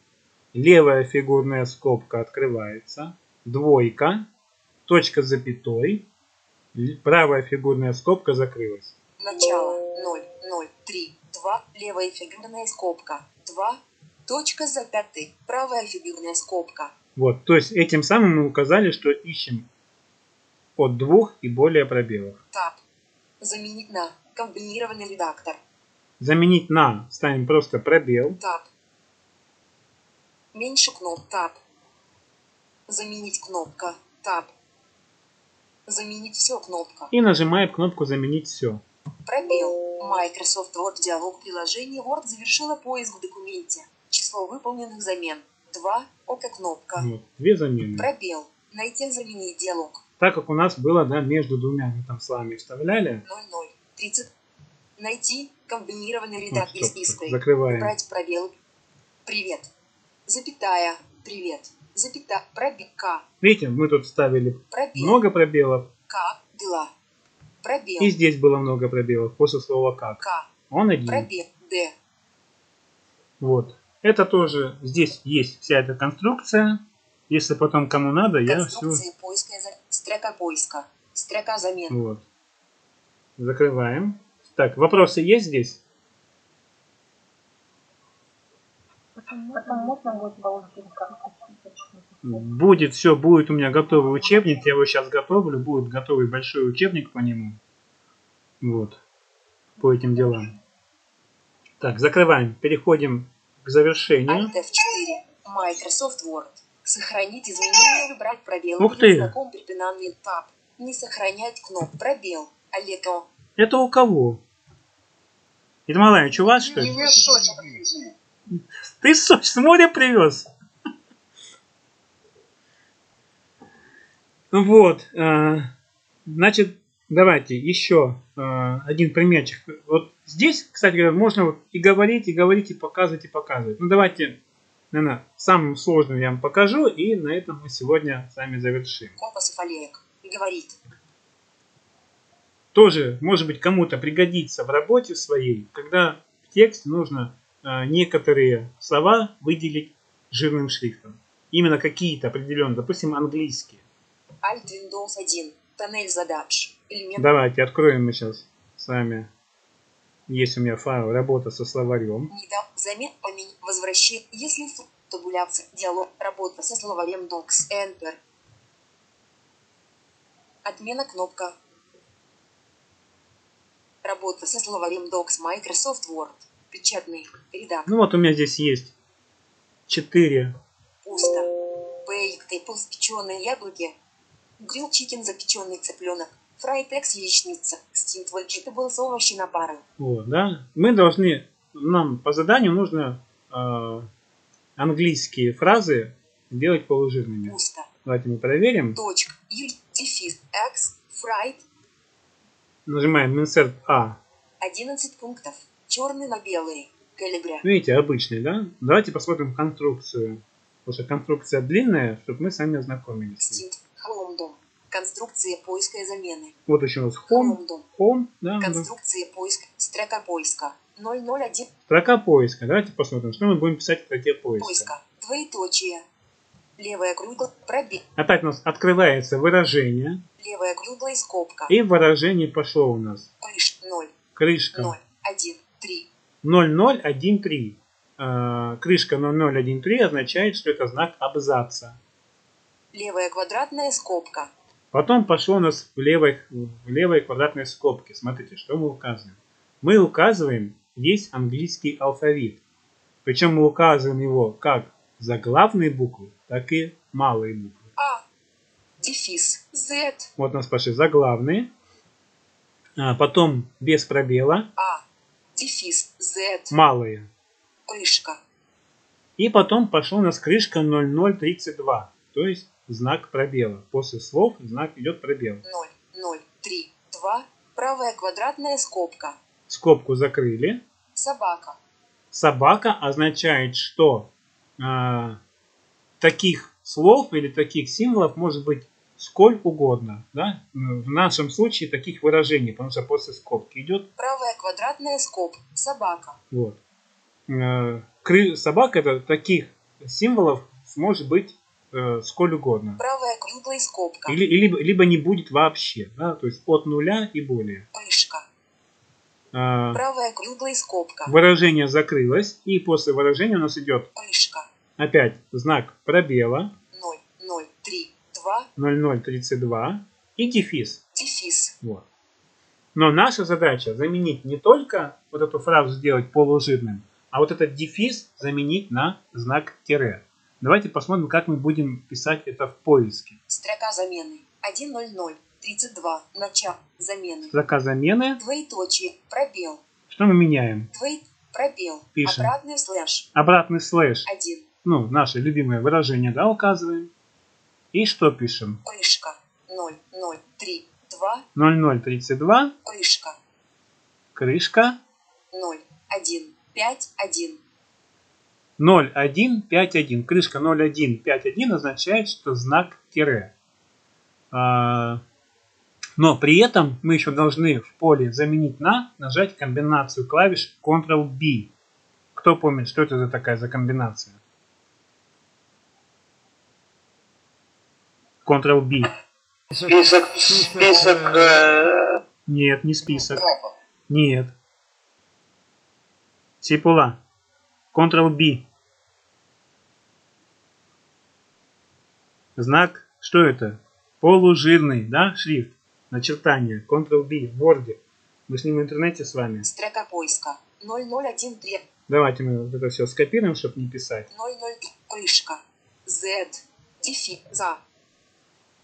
Левая фигурная скобка открывается. Двойка. Точка с запятой. л- Правая фигурная скобка закрылась.
начало, 0, 0, 3, 2, левая фигурная скобка, 2, точка за пятой, правая фигурная скобка,
Вот, то есть этим самым мы указали, что ищем от двух и более пробелов.
таб, заменить на комбинированный редактор,
Заменить на ставим просто пробел.
таб, меньше кноп, таб, заменить кнопка, таб, заменить все кнопка.
И нажимаем кнопку «Заменить все».
Пробел. Microsoft Word диалог приложение Word завершила поиск в документе. Число выполненных замен. 2. Око кнопка.
Вот, две замены.
Пробел. Найти заменить диалог.
Так как у нас было да, между двумя, мы там с вами вставляли,
00. 30. Найти комбинированный
Ну,
редактор
стоп,
с иской.
закрываем.
Убрать пробел. Привет. Запятая. Привет. Запятая. Пробел. К.
Видите, мы тут вставили
Пробел.
много пробелов.
К. Дела. Пробел.
И здесь было много пробелов после слова как.
К.
Он один.
Пробел. Д.
Вот. Это тоже, здесь есть вся эта конструкция. Если потом кому надо, я все...
Конструкции поиска. за- Строка поиска. Строка замен.
Вот. Закрываем. Так, вопросы есть здесь?
Потом можно будет получить как-то.
Будет все, будет у меня готовый учебник. Я его сейчас готовлю. Будет готовый большой учебник по нему. Вот. По этим делам. Так, закрываем. Переходим к завершению.
Alt F4. Microsoft Word. Сохранить изменения, выбрать пробел.
Ух ты.
Знаком припинанный таб. Не сохранять кноп. Пробел. Олего.
Это у кого? Ермолаевич, у вас что ли?
Привез Сочи привезли.
Ты с Соч- с моря привез? Вот. э, Значит, давайте еще э, один примерчик. Вот здесь, кстати говоря, можно вот и говорить, и говорить, и показывать, и показывать. Ну, давайте, наверное, самым сложным я вам покажу, и на этом мы сегодня с вами завершим.
Компасов Олег. Говорит.
тоже может быть кому-то пригодится в работе своей, когда в тексте нужно э, некоторые слова выделить жирным шрифтом. Именно какие-то определенные, допустим, английские.
Alt Windows 1. Тоннель задач. Элемент.
Давайте откроем мы сейчас с вами. Есть у меня файл работа со словарем.
Не дал. Замен. Помень. Возвращи. Если фу. Табуляция. Диалог. Работа со словарем Docs. Enter. Отмена кнопка. Работа со словарем Docs Microsoft Word. Печатный. Редактор.
Ну вот у меня здесь есть четыре.
Пусто. Бейк тейплс печеные яблоки. Грил чикен запеченный цыпленок. Фрайтекс яичница. Стинт был овощи на пары.
Вот, да? Мы должны, нам по заданию нужно э, английские фразы делать полужирными.
Пусто.
Давайте мы проверим.
Точка. Юль. Дефис. Экс. Фрайт.
Нажимаем insert A.
11 пунктов. Черный на белый. Каллиграф.
Видите, обычный, да? Давайте посмотрим конструкцию. Потому что конструкция длинная, чтобы мы сами ознакомились.
Стиль. Холмдом. Конструкция поиска и замены.
Вот еще у нас home,
Холмдом.
home, да, да.
Конструкция поиска. Строка поиска. 001
Строка поиска. Давайте посмотрим, что мы будем писать в строке поиска.
поиска. Двоеточие. Левая круглая. Пробел.
Опять у нас открывается выражение.
Левая круглая скобка.
И выражение пошло у нас.
Пыш. 0.
Крышка
0. 1. 3.
0013. Э, Крышка 0013 означает, что это знак абзаца.
Левая квадратная скобка.
Потом пошло у нас в левой, в левой квадратной скобке. Смотрите, что мы указываем. Мы указываем весь английский алфавит. Причем мы указываем его как заглавные буквы, так и малые буквы.
А. Дефис. З.
Вот у нас пошли заглавные. а потом без пробела
А. Дефис. З.
малые.
Пышка.
И потом пошла у нас крышка 0032. То есть знак пробела. После слов знак идет пробел.
0, 0, 3, 2, правая квадратная скобка,
Скобку закрыли.
собака,
собака означает, что э, таких слов или таких символов может быть сколь угодно. Да? В нашем случае таких выражений, потому что после скобки идет.
правая квадратная скобка, собака,
Вот. Э, кры- собака это таких символов может быть э, сколь угодно.
правая круглая скобка,
Или, или- либо, не будет вообще. Да? То есть от нуля и более.
пышка,
Э,
правая круглая скобка,
выражение закрылось. И после выражения у нас идет
пышка,
опять знак пробела.
0, 0, 3, 2,
0032 и дефис.
дефис,
Вот. Но наша задача заменить не только вот эту фразу сделать полужирным, а вот этот дефис заменить на знак тире. Давайте посмотрим, как мы будем писать это в поиске.
строка замены, 1, 0, 0, 32, начало, замены,
Строка замены.
двоеточие, пробел,
Что мы меняем?
двоет, пробел,
Пишем.
обратный слэш,
Обратный слэш.
1,
Ну, наше любимое выражение, да, указываем. И что пишем?
пышка, 0, 0, 3, 2,
0032,
пышка,
крышка,
0, 1, 5, 1,
0151. Крышка 0151 означает, что знак тире. А, Но при этом мы еще должны в поле заменить на нажать комбинацию клавиш Ctrl-B. Кто помнит, что это за такая за комбинация? Ctrl-B.
Список, список э,
Нет, не список.
кнопок.
Нет. Сипула. Ctrl-B. Знак, что это? Полужирный, да, шрифт? Начертание. Ctrl-B в Word. Мы с ним в интернете с вами.
Строка поиска. 0013.
Давайте мы вот это все скопируем, чтобы не писать.
00 крышка. Z. Дефи. За.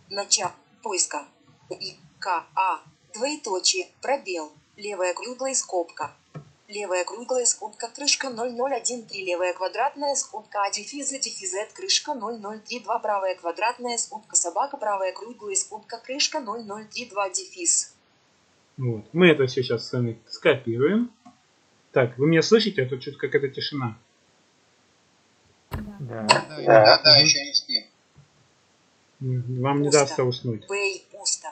Начало поиска. И. К. А. Двоеточие. Пробел. Левая круглая скобка. Левая круглая скобка крышка 0013 левая квадратная скобка А дефиза дефизет крышка 0032 правая квадратная скобка собака правая круглая скобка крышка 0032 дефис.
Вот. Мы это все сейчас с вами скопируем. Так, вы меня слышите? А то что-то какая-то тишина.
Да.
Да, я-
да, еще не спим.
М, Вам не
Пусто.
дастся уснуть.
Бэй. Пусто.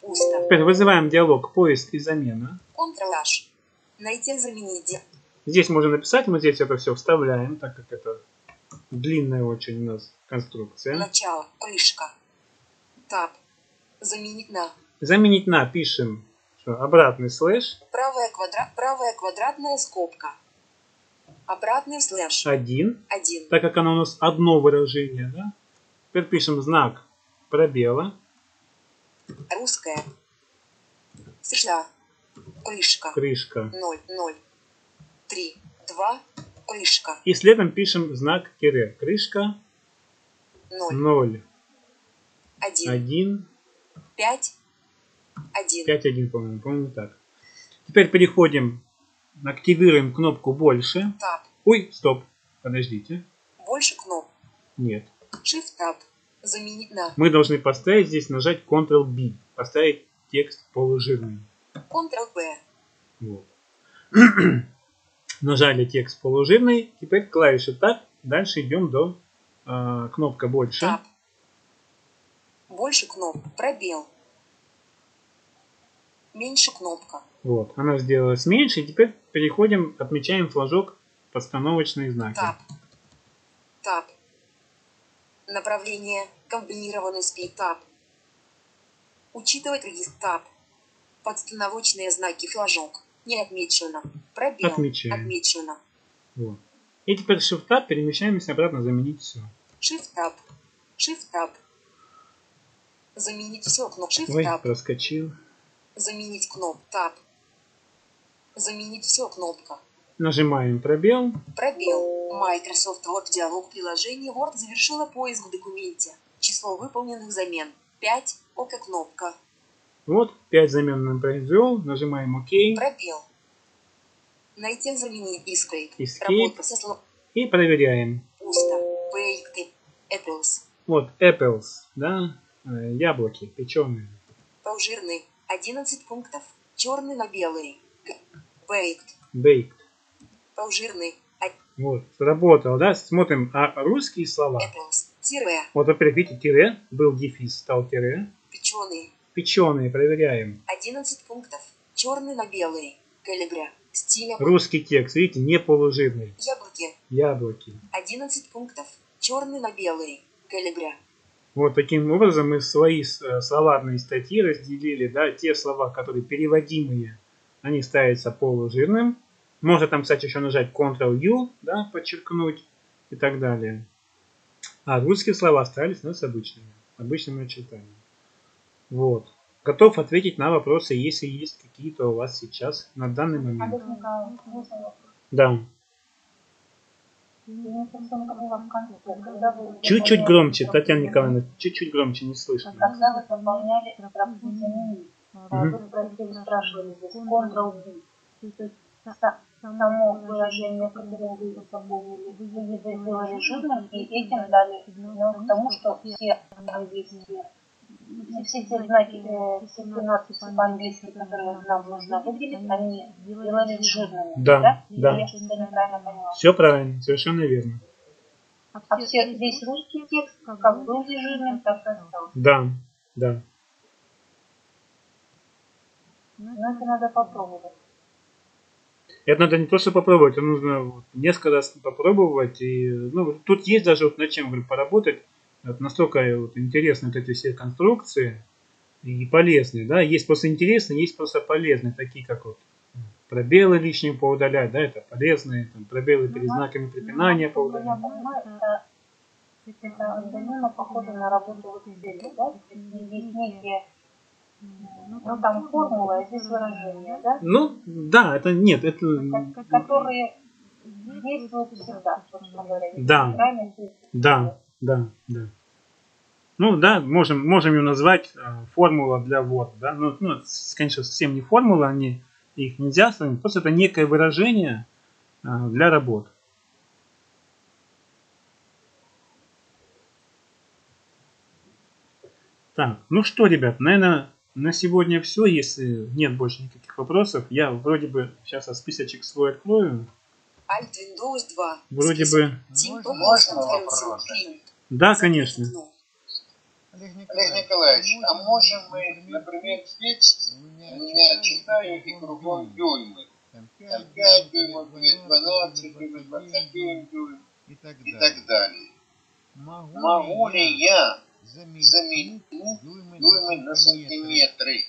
Пусто.
Теперь вызываем диалог поиск и замена.
Ctrl-H. Найти заменить. де-
Здесь можно написать, мы здесь это все вставляем, так как это длинная очень у нас конструкция.
Начало. Крышка. Тап. Заменить на.
Заменить на пишем что, обратный слэш
Правая, квадра... Правая квадратная скобка. Обратный слэш.
1,
Один.
так как оно у нас одно выражение, да? Теперь пишем знак пробела.
Русская. США. Крышка.
крышка.
Ноль. Ноль. Три. Два. Крышка.
И следом пишем знак тире. Крышка
Ноль.
0,
Один.
1,
Пять. Один.
5, 1, по-моему, по-моему, так. Теперь переходим, активируем кнопку больше.
Тап.
Ой, стоп, подождите.
Больше кноп.
Нет.
Shift тап. Заменить на.
Мы должны поставить здесь нажать Ctrl-B, поставить текст полужирным.
Ctrl-B.
Вот. Нажали текст полужирный, теперь клавиши так, дальше идем до а, кнопка больше.
Тап. Больше кноп. Пробел. Меньше кнопка.
Вот, она сделалась меньше, и теперь переходим, отмечаем флажок постановочные знаки.
Тап. Тап. Направление. Комбинированный спид. Тап. Учитывать регистр. Тап. Подстановочные знаки. Флажок. Не отмечено. Пробел.
Отмечаем.
Отмечено.
Вот. И теперь shift tab перемещаемся обратно, заменить все.
Shift тап. Shift тап. Заменить все кноп. Shift
Ой,
тап.
проскочил.
Заменить кноп. Тап. Заменить все кнопка.
Нажимаем пробел.
Пробел. Microsoft Word диалог приложение Word завершила поиск в документе. Число выполненных замен. 5. ОК кнопка.
Вот, 5 замен нам произвел. Нажимаем ОК.
Пробел. Найти заменить искрой.
Escape.
Работа со слов.
И проверяем.
Пусто. Baked. Apples.
Вот, apples, да, э, яблоки печеные.
Полжирный. 11 пунктов. Черный на белый. К. Baked.
Baked.
Полжирный. А-
Вот, сработал, да? Смотрим, а русские слова.
Apples. Тире.
Вот, во-первых, видите, тире, был дефис, стал тире.
Печеный.
Печеные, проверяем.
11 пунктов. Черный на белый. Калибра. Стиля.
Русский текст, видите, не полужирный.
Яблоки.
Яблоки.
11 пунктов. Черный на белый. Калибра.
Вот таким образом мы свои э, словарные статьи разделили, да, те слова, которые переводимые, они ставятся полужирным. Можно там, кстати, еще нажать Ctrl-U, да, подчеркнуть и так далее. А русские слова остались у нас обычными, обычным начертанием. Вот. Готов ответить на вопросы, если есть какие-то у вас сейчас на данный момент.
Олег Николаевич, вызову.
Да.
Мне совсем было в конце, когда вы
Чуть-чуть
выполняли-
громче, Татьяна Николаевна, чуть-чуть громче, не слышно.
Когда вы выполняли строку заменить, а, вы спросили, спрашивали здесь Ctrl-B. Са- само выражение, которое вы запомнили, вы сделали жирным, и этим дали сигнал к тому, что все английские, все, все те знаки, э, все те надписи по-английски, которые нам нужно выделить, они делали жирными.
Да, да.
Я что-то неправильно поняла.
Все правильно, совершенно верно.
А все, весь русский текст, как был жирным, так и остался.
Да, да.
Но это надо попробовать.
Это надо не то, что попробовать, а нужно вот несколько раз попробовать. И, ну, тут есть даже вот над чем говорю, поработать. Вот настолько вот, интересны вот эти все конструкции и полезные. Да? Есть просто интересные, есть просто полезные, такие как вот пробелы лишние поудалять, да, это полезные, там, пробелы перед знаками препинания
Я
поудалять.
понимаю, Ну, это, это отдаленно похоже э, на работу в Excel, да? Здесь есть некие, ну там формула, а здесь выражение, да?
Ну, да, это нет, это
Ко- Которые действуют всегда, собственно говоря. если
Да.
правильно действуют.
Да, да, да. Ну да, можем, можем ее назвать э, формула для вот, да. Ну, ну, это, с- конечно, совсем не формула, они их нельзя сравнить. Просто это некое выражение э, для работ. Так, ну что, ребят, наверное, на сегодня все. Если нет больше никаких вопросов, я вроде бы сейчас списочек свой открою.
Alt Windows 2.
Вроде
Список.
бы.
Тим
Можно
Томас
вопрос?
Конференцин Клин.
Да, конечно.
Ну,
Олег
Олег Николаевич, а можем мы, например, текст
у
у
меня
меня читаю и кругом
дюйм,
дюймы.
там
Там
5
5
дюймов,
дюймов,
12
12 дюймов,
дюймов,
21
21
дюйм
и так
и
далее.
так далее.
Могу
Ну, Могу
ли
ли
я
я
заменить
заменить
дюймы
дюймы на сантиметры?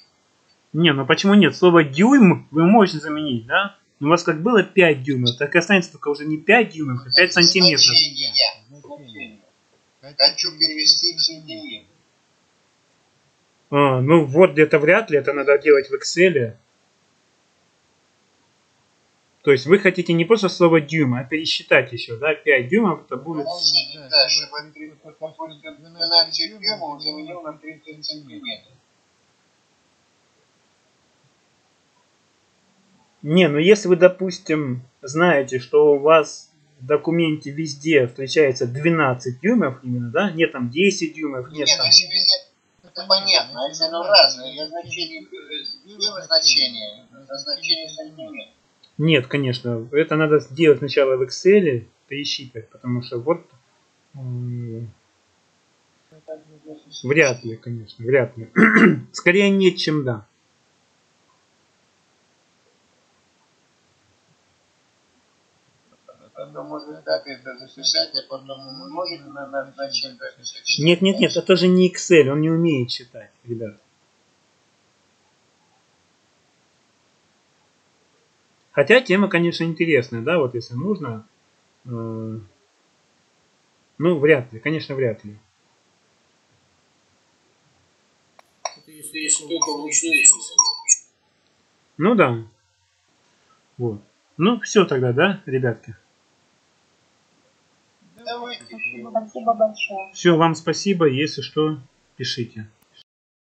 Не, ну почему нет? Слово дюйм вы можете заменить, да? У вас как было 5 дюймов, так и останется только уже не 5 дюймов, а 5 сантиметров.
Значение.
Значение.
Хочу перевести в сантиметр.
А, ну вот это вряд ли, это надо делать в Excel. То есть вы хотите не просто слово дюйм, а пересчитать еще, да? 5 дюймов это будет...
Умножить, да, чтобы три- допустим, 12 дюймов заменил на 30 сантиметров.
Не, ну если вы, допустим, знаете, что у вас в документе везде встречается 12 дюймов именно, да? Нет там 10 дюймов, нет
Нет,
там...
если везде- это понятно, если оно разное, я значение сделал значение, это значение сантиметр.
Нет, конечно. Это надо сделать сначала в Excel, пересчитать, потому что вот м, вряд ли, конечно, вряд ли. Скорее нет, чем да.
Это можно так это записать, а потом умножить на на значение.
Нет, нет, нет, это же не Excel, он не умеет считать, ребят. Хотя тема, конечно, интересная, да, вот если нужно. э, Ну, вряд ли, конечно, вряд ли.
Здесь только вручную
Ну да. Вот. Ну, все тогда, да, ребятки?
Давайте.
Спасибо большое.
Все, вам спасибо. Если что, пишите.